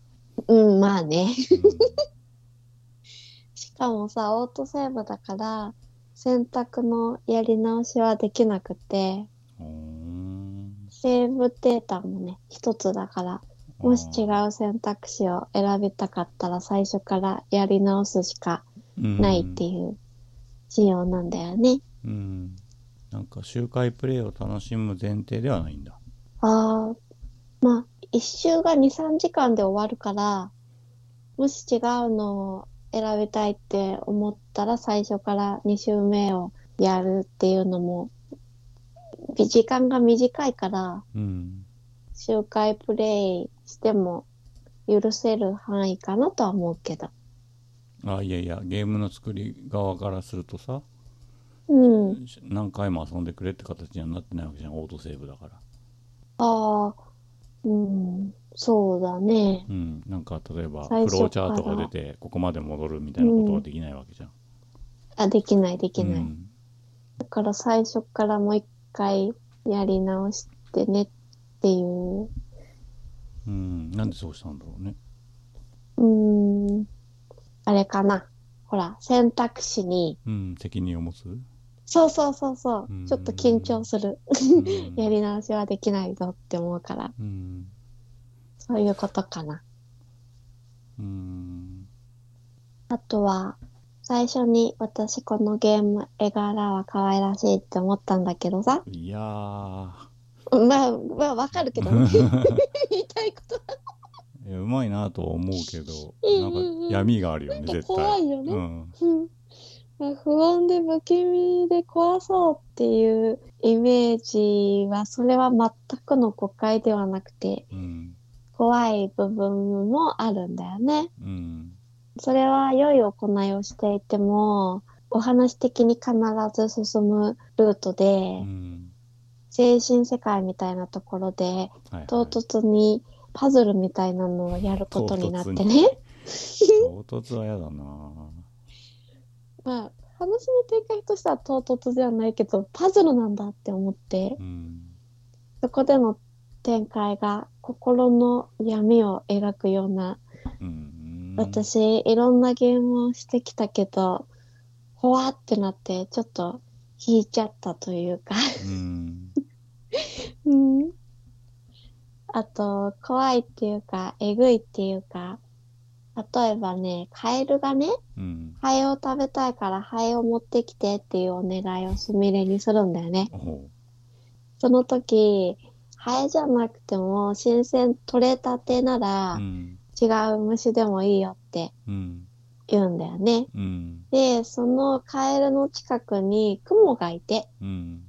Speaker 1: うん、まあね。
Speaker 2: う
Speaker 1: しかもさ、オートセーブだから、選択のやり直しはできなくて、
Speaker 2: んうーん
Speaker 1: セーブデータもね、一つだから、もし違う選択肢を選びたかったら最初からやり直すしかないって
Speaker 2: い
Speaker 1: いう仕様なんだよね。
Speaker 2: うん、うん、なんか周回プレイを楽しむ前提ではないんだ
Speaker 1: ああ、まあ、一周が2、3時間で終わるから、もし違うのを選びたいって思ったら最初から2周目をやるっていうのも、時間が短いから、
Speaker 2: うん
Speaker 1: 周回プレイしても許せる範囲かなとは思うけど。
Speaker 2: あいやいやゲームの作り側からするとさ
Speaker 1: うん。
Speaker 2: 何回も遊んでくれって形にはなってないわけじゃんオートセーブだから
Speaker 1: ああ、うん、そうだね。
Speaker 2: うんなんか例えばフロ
Speaker 1: 最初
Speaker 2: ーチャートが出てここまで戻るみたいなことはできないわけじゃん、
Speaker 1: あ、できないでき
Speaker 2: う
Speaker 1: ない。
Speaker 2: ん、
Speaker 1: だから最初からもう一回やり直してねっていう。
Speaker 2: うん、なんでそうしたんだろうね
Speaker 1: うーん。あれかな。ほら、選択肢に、
Speaker 2: うん責任を持つ、
Speaker 1: そうそうそうそうう、
Speaker 2: ん
Speaker 1: ちょっと緊張する。
Speaker 2: うん
Speaker 1: やり直しはできないぞって思うから、
Speaker 2: うん
Speaker 1: そういうことかな。
Speaker 2: うん
Speaker 1: あとは、最初に私このゲーム絵柄は可愛らしいって思ったんだけどさ。
Speaker 2: いやー
Speaker 1: まあ、まあわかるけど ね。言いたいこと
Speaker 2: いやうまいなとは思うけど
Speaker 1: うん
Speaker 2: なん
Speaker 1: うんうん
Speaker 2: か闇があるよね
Speaker 1: なんか
Speaker 2: 絶対
Speaker 1: 怖いよね
Speaker 2: うん
Speaker 1: うんまあ、不安で不気味で怖そうっていうイメージはそれは全くの誤解ではなくて
Speaker 2: うん
Speaker 1: 怖い部分もあるんだよね。
Speaker 2: うん
Speaker 1: それは良い行いをしていてもお話的に必ず進むルートで、
Speaker 2: うん
Speaker 1: 精神世界みたいなところで
Speaker 2: はいはい
Speaker 1: 唐突にパズルみたいなのをやることになって
Speaker 2: 唐突
Speaker 1: ね。
Speaker 2: 唐突は嫌だな
Speaker 1: まあ話の展開としては唐突ではないけどパズルなんだって思って。
Speaker 2: うん
Speaker 1: そこでの展開が心の闇を描くような、
Speaker 2: うん
Speaker 1: 私いろんなゲームをしてきたけど、怖ってなってちょっと引いちゃったというか、
Speaker 2: うん
Speaker 1: うん。あと、怖いっていうか、えぐいっていうか、例えばね、カエルがね、
Speaker 2: うん。
Speaker 1: ハエを食べたいからハエを持ってきてっていうお願いをスミレにするんだよね。
Speaker 2: ほ
Speaker 1: その時、ハエじゃなくても新鮮取れたてな
Speaker 2: う。う
Speaker 1: ら
Speaker 2: ん。
Speaker 1: 違う虫でもいいよって
Speaker 2: うん。
Speaker 1: 言うんだよね。
Speaker 2: うん。
Speaker 1: で、そのカエルの近くにクモがいて、
Speaker 2: うん。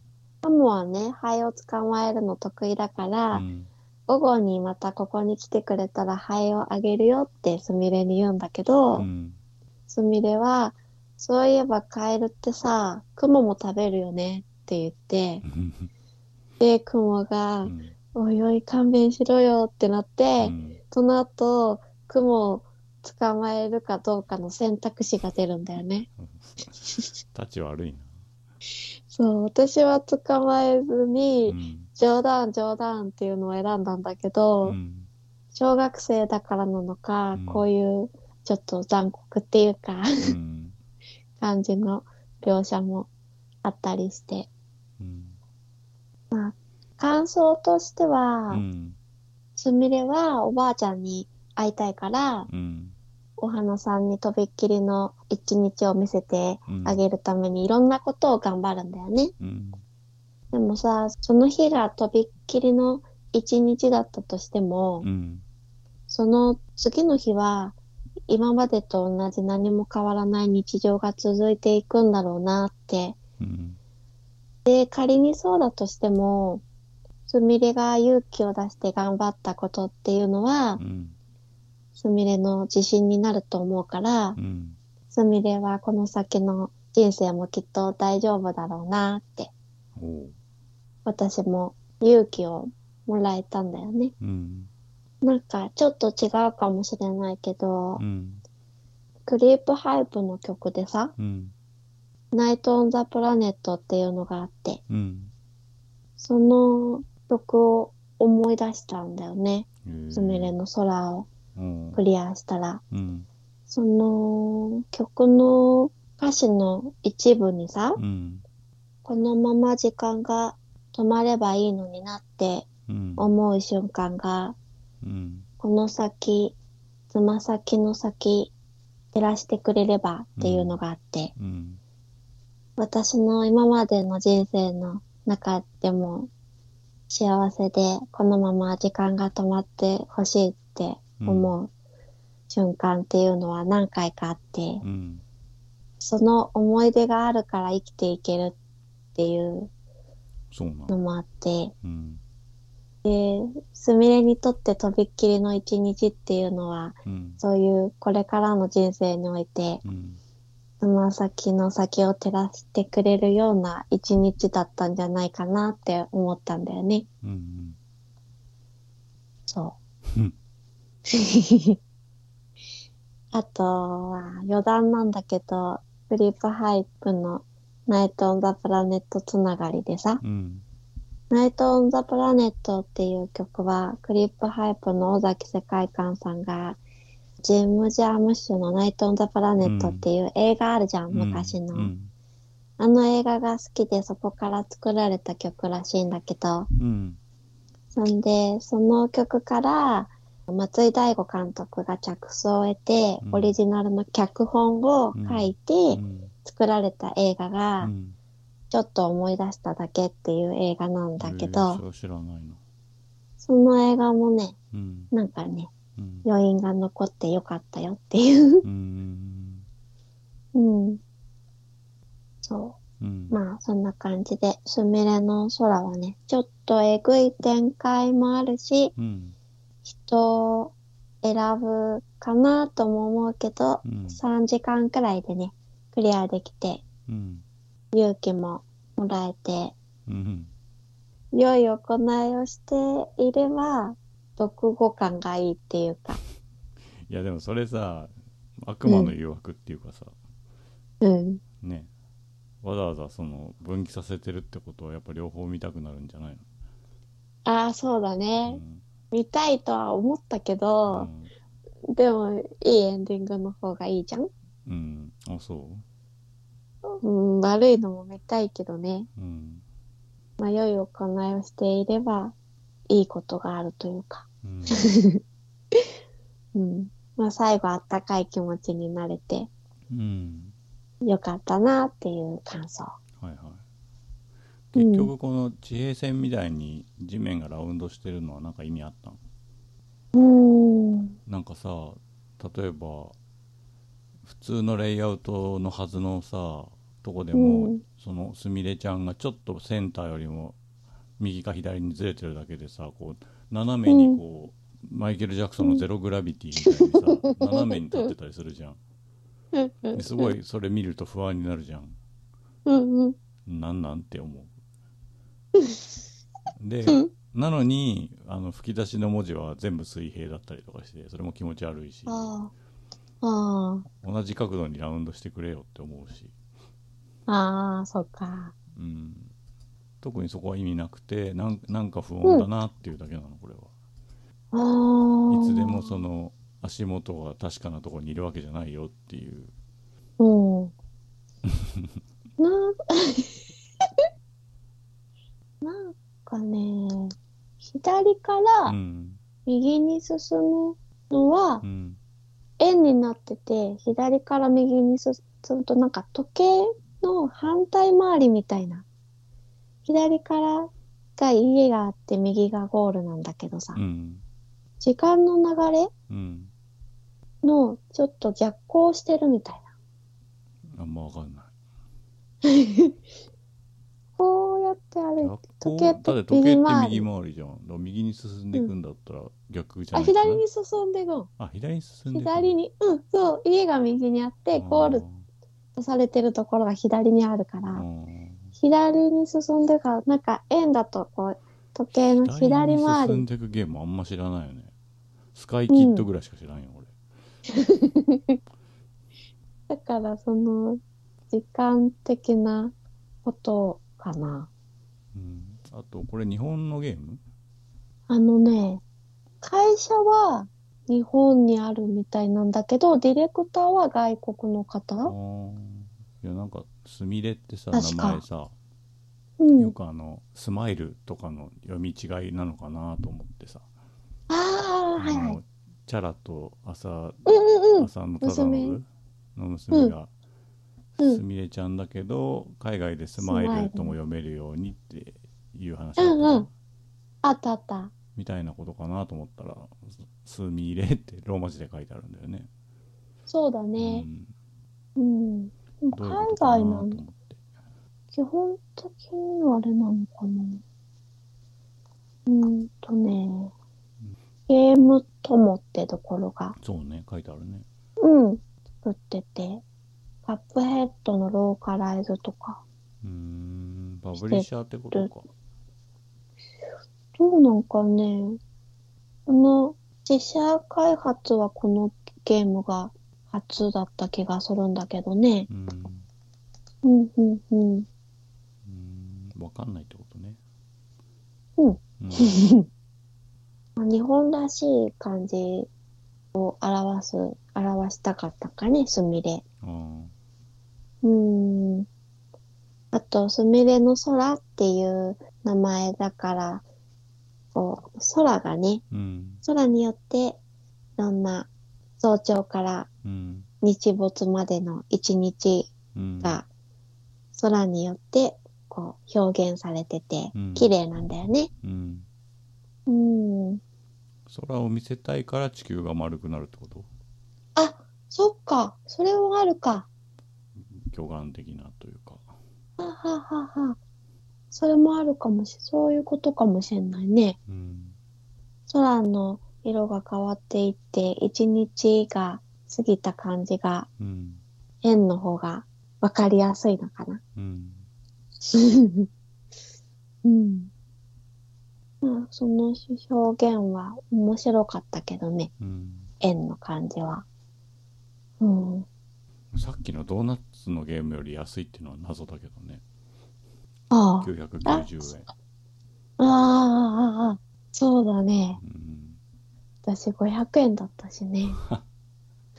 Speaker 1: クモはね、ハエを捕まえるの得意だから、
Speaker 2: うん
Speaker 1: 午後にまたここに来てくれたらハエをあげるよってスミレに言うんだけど、
Speaker 2: うん。
Speaker 1: スミレは、そういえばカエルってさ、クモも食べるよねって言って、で、クモが、おいおい勘弁しろよってなって、その後、クモを捕まえるかどうかの選択肢が出るんだよね。
Speaker 2: たち悪いな。
Speaker 1: そう、私は捕まえず
Speaker 2: う
Speaker 1: に、
Speaker 2: ん。
Speaker 1: 冗談冗談っていうのを選んだんだけ
Speaker 2: う
Speaker 1: ど、
Speaker 2: ん。
Speaker 1: 小学生だからなのか、
Speaker 2: うん
Speaker 1: こういうちょっと残酷っていうか、
Speaker 2: うん。
Speaker 1: 感じの描写もあったりして、
Speaker 2: うん。
Speaker 1: 感想としては、
Speaker 2: うん。
Speaker 1: すみれはおばあちゃんに会いたいから、
Speaker 2: うん。
Speaker 1: お花さんにとびっきりの一日を見せて
Speaker 2: うん。
Speaker 1: あげるためにいろんなことを頑張るんだよね。
Speaker 2: うん。
Speaker 1: でもさ、その日がとびっきりの一日だったとしても、
Speaker 2: うん。
Speaker 1: その次の日は今までと同じ何も変わらない日常が続いていくんだろうなって
Speaker 2: うん。
Speaker 1: で、仮にそうだとしても、すみれが勇気を出して頑張ったことっていうのは
Speaker 2: う、ん。
Speaker 1: すみれの自信になると思うから
Speaker 2: う、ん。
Speaker 1: すみれはこの先の人生もきっと大丈夫だろうなって、
Speaker 2: おう。
Speaker 1: 私も勇気をもらえたんだよね。
Speaker 2: うん。
Speaker 1: なんか、ちょっと違うかもしれないけど
Speaker 2: う、ん。
Speaker 1: クリープハイプの曲でさ、
Speaker 2: うん。
Speaker 1: ナイト・オン・ザ・プラネットっていうのがあって、
Speaker 2: うん。
Speaker 1: その曲を思い出したんだよね。すみれの空を。
Speaker 2: うん。
Speaker 1: クリアしたら、
Speaker 2: うん。
Speaker 1: その曲の歌詞の一部にさ、
Speaker 2: うん。
Speaker 1: このまま時間が止まればいいのになって
Speaker 2: うん。
Speaker 1: 思う瞬間が、
Speaker 2: うん。
Speaker 1: この先、つま先の先、照らしてくれればっていうのがあって、
Speaker 2: うん。
Speaker 1: 私の今までの人生の中でも幸せで、このまま時間が止まってほしいって思う瞬間っていうのは何回かあって、
Speaker 2: うん。
Speaker 1: その思い出があるから生きていけるっていう
Speaker 2: そうな
Speaker 1: の
Speaker 2: の。
Speaker 1: もあって、
Speaker 2: うん。
Speaker 1: で、すみれにとってとびっきりの一日っていうのは、
Speaker 2: うん。
Speaker 1: そういうこれからの人生において、
Speaker 2: うん。
Speaker 1: つま先の先を照らしてくれるような一日だったんじゃないかなって思ったんだよね。
Speaker 2: うん。
Speaker 1: そう
Speaker 2: うん。
Speaker 1: あとは余談なんだけど、フリップハイプのナイト・オン・ザ・プラネットつながりでさ、
Speaker 2: うん。
Speaker 1: ナイト・オン・ザ・プラネットっていう曲は、クリップハイプの尾崎世界観さんが、ジム・ジャームッシュのナイト・オン・ザ・プラネットっていう映画あるじゃん、昔の、
Speaker 2: うん。
Speaker 1: あの映画が好きでそこから作られた曲らしいんだけど、
Speaker 2: うん。
Speaker 1: そんで、その曲から、松井大吾監督が着想を得て
Speaker 2: う、ん
Speaker 1: オリジナルの脚本を書いて
Speaker 2: うん。
Speaker 1: 作られた映画が、
Speaker 2: ん。
Speaker 1: ちょっと思い出しただけっていう映画なんだけど、
Speaker 2: 知らないの。
Speaker 1: その映画もね、
Speaker 2: うん。
Speaker 1: なんかね、
Speaker 2: うん。
Speaker 1: 余韻が残ってよかったよっていう。
Speaker 2: うん。
Speaker 1: うん。そうう。
Speaker 2: ん。
Speaker 1: まあ、そんな感じで、スミレの空はね、ちょっとえぐい展開もあるし、
Speaker 2: うん。
Speaker 1: 人を選ぶかなとも思うけど、
Speaker 2: うん。
Speaker 1: 3時間くらいでね、クリアできて、
Speaker 2: うん。
Speaker 1: 勇気ももらえて、
Speaker 2: うん。
Speaker 1: 良い行いをしていれば、読後感がいいっていうか、
Speaker 2: いや、でもそれさ、悪魔の誘惑っていうかさ、
Speaker 1: うん。
Speaker 2: ね。わざわざその分岐させてるってことはやっぱ両方見たくなるんじゃない
Speaker 1: ああ、そうだね。
Speaker 2: の
Speaker 1: 見たいとは思ったけ
Speaker 2: う
Speaker 1: ど、
Speaker 2: ん。
Speaker 1: でもいいエンディングの方がいいじゃん、
Speaker 2: うん。あ、そ
Speaker 1: うん、悪いのも見たいけどね
Speaker 2: ううん。
Speaker 1: 迷い行いをしてい ればいいことがあるというか、
Speaker 2: うん。
Speaker 1: うん、まあ、最後あったかい気持ちになれて、
Speaker 2: うん
Speaker 1: よかったなっていう感想。
Speaker 2: はいはい
Speaker 1: うん
Speaker 2: 結局この地平線みたいに地面がラウンドしてるのはなんか意味あったの
Speaker 1: うーん。
Speaker 2: なんかさ例えば普通のレイアウトのはずのさとこでも、
Speaker 1: うん
Speaker 2: そのすみれちゃんがちょっとセンターよりも右か左にずれてるだけでさこう斜めにこう、マイケル・ジャクソンの「ゼログラビティ」みたいにさ斜めに立ってたりするじゃん
Speaker 1: うん う
Speaker 2: で
Speaker 1: ん
Speaker 2: すごいそれ見ると不安になるじゃん
Speaker 1: うんうん。
Speaker 2: なんなん て思うで
Speaker 1: うん
Speaker 2: なのにあの吹き出しの文字は全部水平だったりとかしてそれも気持ち悪いし
Speaker 1: ああ。あ
Speaker 2: 同じ角度にラウンドしてくれよって思うし、
Speaker 1: あ。ああ、そっか。
Speaker 2: うん、特にそこは意味なくてなんなんか不穏だなっていうだけなのこれは、
Speaker 1: ああ。
Speaker 2: いつでもその足元が確かなところにいるわけじゃないよっていう
Speaker 1: うん。な なんかね、左か
Speaker 2: う
Speaker 1: ら
Speaker 2: ん
Speaker 1: 右に進むのは
Speaker 2: うん
Speaker 1: 円になってて、左から右に進むとなんか時計の反対回りみたいな。左からが家があって右がゴールなんだけどさ、
Speaker 2: うん
Speaker 1: 時間の流れ
Speaker 2: うん
Speaker 1: のちょっと逆行してるみたいな。
Speaker 2: あんまわかんない
Speaker 1: こうやって歩いて、時計
Speaker 2: 逆
Speaker 1: と
Speaker 2: だって時計
Speaker 1: 右
Speaker 2: って
Speaker 1: 回り
Speaker 2: 右。回りじゃんだから右に進んでいくんだったら逆じゃ
Speaker 1: あ、
Speaker 2: ないかな
Speaker 1: 左に進んでゴ
Speaker 2: あ左に進ん
Speaker 1: ン。
Speaker 2: でいく
Speaker 1: 左に、うん、そう、家が右にあって、ゴールとされてるところが左にあるか
Speaker 2: あ
Speaker 1: ら、
Speaker 2: ー
Speaker 1: 左に進んでから、なんか円だとこう、時計の左回
Speaker 2: 左に進ん
Speaker 1: り。
Speaker 2: でいくゲームあんま知らないよねスカイキッドぐらいしか知らんよ、俺
Speaker 1: だから、その、時間的なことかな。
Speaker 2: うんあとこれ日本のゲーム
Speaker 1: あのね、会社は日本にあるみたいなんだけど、ディレクターは外国の
Speaker 2: あ
Speaker 1: 方
Speaker 2: あいやなんかすみれってさ名
Speaker 1: 確か
Speaker 2: 前さ
Speaker 1: うん。
Speaker 2: よくあのスマイルとかの読み違いなのかなと思ってさ、
Speaker 1: ああ、はい
Speaker 2: あ
Speaker 1: はい。
Speaker 2: のチャラと朝
Speaker 1: うんうんうん。
Speaker 2: 朝のただの
Speaker 1: 娘
Speaker 2: の娘が
Speaker 1: うん
Speaker 2: すみれちゃんだけど海外でスマイルとも読めるようにっていう話だった
Speaker 1: う
Speaker 2: の
Speaker 1: んうん。あったあった。
Speaker 2: みたいなことかなと思ったらすみれってローマ字で書いてあるんだよね。
Speaker 1: そうだ
Speaker 2: う
Speaker 1: ね。
Speaker 2: ん
Speaker 1: うん。でも
Speaker 2: どう
Speaker 1: 海
Speaker 2: いうことか
Speaker 1: 外な
Speaker 2: なと思
Speaker 1: の、
Speaker 2: って。
Speaker 1: 基本的にはあれなのかな。うーんとね、ゲーム友ってところが、
Speaker 2: そうね書いてあるね。
Speaker 1: うん、作ってて、カップヘッドのローカライズとか、
Speaker 2: うーんパブリッシャーってことか。
Speaker 1: どうなんかね、この自社開発はこのゲームが初だった気がするんだけどね。
Speaker 2: うん
Speaker 1: うんうんうん。
Speaker 2: うんわかんないってことね。
Speaker 1: うん
Speaker 2: うん
Speaker 1: まあ日本らしい感じを表す、表したかったかね、すみれ。
Speaker 2: あー
Speaker 1: うーん。あと、すみれの空っていう名前だから、こう、空がね、
Speaker 2: うん
Speaker 1: 空によって、いろんな早朝から
Speaker 2: うん
Speaker 1: 日没までの一日
Speaker 2: うん
Speaker 1: が、空によって、こう、表現されてて
Speaker 2: う、ん
Speaker 1: 綺麗なんだよね。
Speaker 2: うん
Speaker 1: うん。
Speaker 2: 空を見せたいから地球が丸くなるってこと
Speaker 1: あ、そっか、それもあるか。
Speaker 2: 巨岩的なというか。
Speaker 1: はあはあはあはあそれもあるかもし、そういうことかもしれないね。
Speaker 2: うん
Speaker 1: 空の色が変わっていって、一日が過ぎた感じが、
Speaker 2: うん
Speaker 1: 円の方がわかりやすいのかな。
Speaker 2: うん
Speaker 1: うん。まあ、その表現は面白かったけどね、
Speaker 2: うん
Speaker 1: 円の感じは。うん。
Speaker 2: さっきのドーナツのゲームより安いっていうのは謎だけどね
Speaker 1: ああ、あ
Speaker 2: 990円
Speaker 1: ああ、ああ、ああ、そうだね。
Speaker 2: うん
Speaker 1: 私500円だったし ね。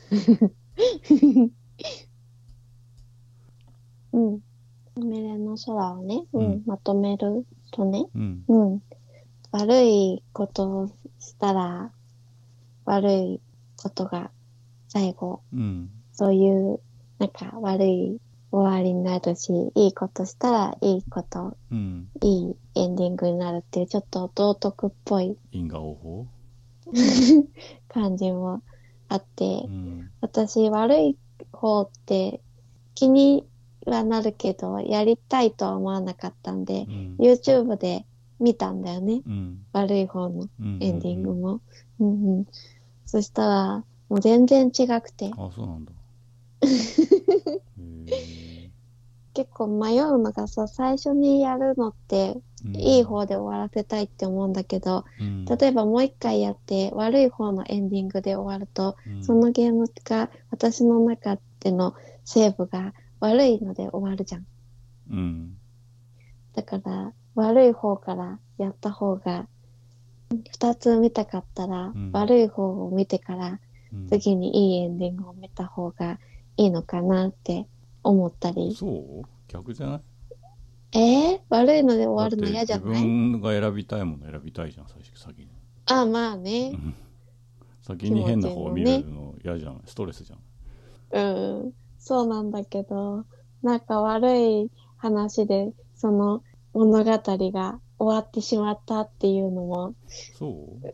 Speaker 1: うん。スミレの空をね、うん
Speaker 2: うん
Speaker 1: まとめるとね、
Speaker 2: うん
Speaker 1: うん。悪いことをしたら、悪いことが最後、
Speaker 2: うん
Speaker 1: そういう、なんか悪い終わりになるし、いいことしたらいいこと、
Speaker 2: うん
Speaker 1: いいエンディングになるっていう、ちょっと道徳っぽい
Speaker 2: 因果応報
Speaker 1: 感じもあって、
Speaker 2: うん
Speaker 1: 私悪い方って気にはなるけどやりたいとは思わなかったんで
Speaker 2: うん
Speaker 1: YouTube で見たんだよね
Speaker 2: うん
Speaker 1: 悪い方の
Speaker 2: うん
Speaker 1: エンディングも、うんうん、そしたらもう全然違くて
Speaker 2: あそうなんだへえ
Speaker 1: 結構迷うのがさ最初にやるのって
Speaker 2: う ん
Speaker 1: いい方で終わらせたいって思うんだけど
Speaker 2: うん
Speaker 1: 例えばもう一回やって悪い方のエンディングで終わると
Speaker 2: うん
Speaker 1: そのゲームが私の中でのセーブが悪いので終わるじゃん
Speaker 2: うん
Speaker 1: だから悪い方からやった方が2つ見たかったら、
Speaker 2: うん
Speaker 1: 悪い方を見てから
Speaker 2: うん
Speaker 1: 次にいいエンディングを見た方がいいのかなって思ったり
Speaker 2: そう逆じゃない
Speaker 1: えー、悪いので終わるの
Speaker 2: だ
Speaker 1: 嫌
Speaker 2: って
Speaker 1: じゃな
Speaker 2: 自
Speaker 1: い
Speaker 2: 分が選びたいもの選びたいじゃん最初先に
Speaker 1: あまあね
Speaker 2: うん先に変な方を見れるの嫌じゃんストレスじゃん
Speaker 1: うんそうなんだけどなんか悪い話でその物語が終わってしまったっていうのも
Speaker 2: そう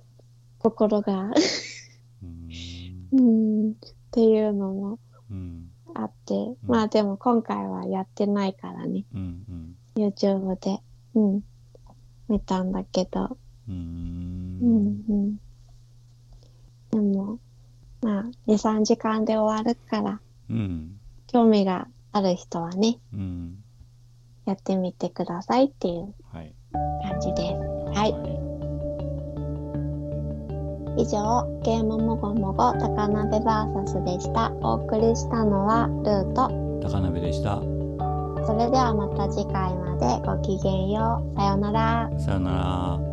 Speaker 1: 心 が
Speaker 2: うー
Speaker 1: う
Speaker 2: ん
Speaker 1: んっていうのも
Speaker 2: うん
Speaker 1: あって、まあでも今回はやってないからね、
Speaker 2: うんうん
Speaker 1: YouTube で、うん、見たんだけど、
Speaker 2: うーん
Speaker 1: うんうん。でも、まあ、2、3時間で終わるから、
Speaker 2: うん
Speaker 1: 興味がある人はね、
Speaker 2: うん
Speaker 1: やってみてくださいっていう
Speaker 2: はい
Speaker 1: 感じです。
Speaker 2: はい
Speaker 1: 以上、ゲームもごもご高鍋 VS でした。お送りしたのはルート。
Speaker 2: 高鍋でした
Speaker 1: それではまた次回までごきげんよう。さようなら。
Speaker 2: さよなら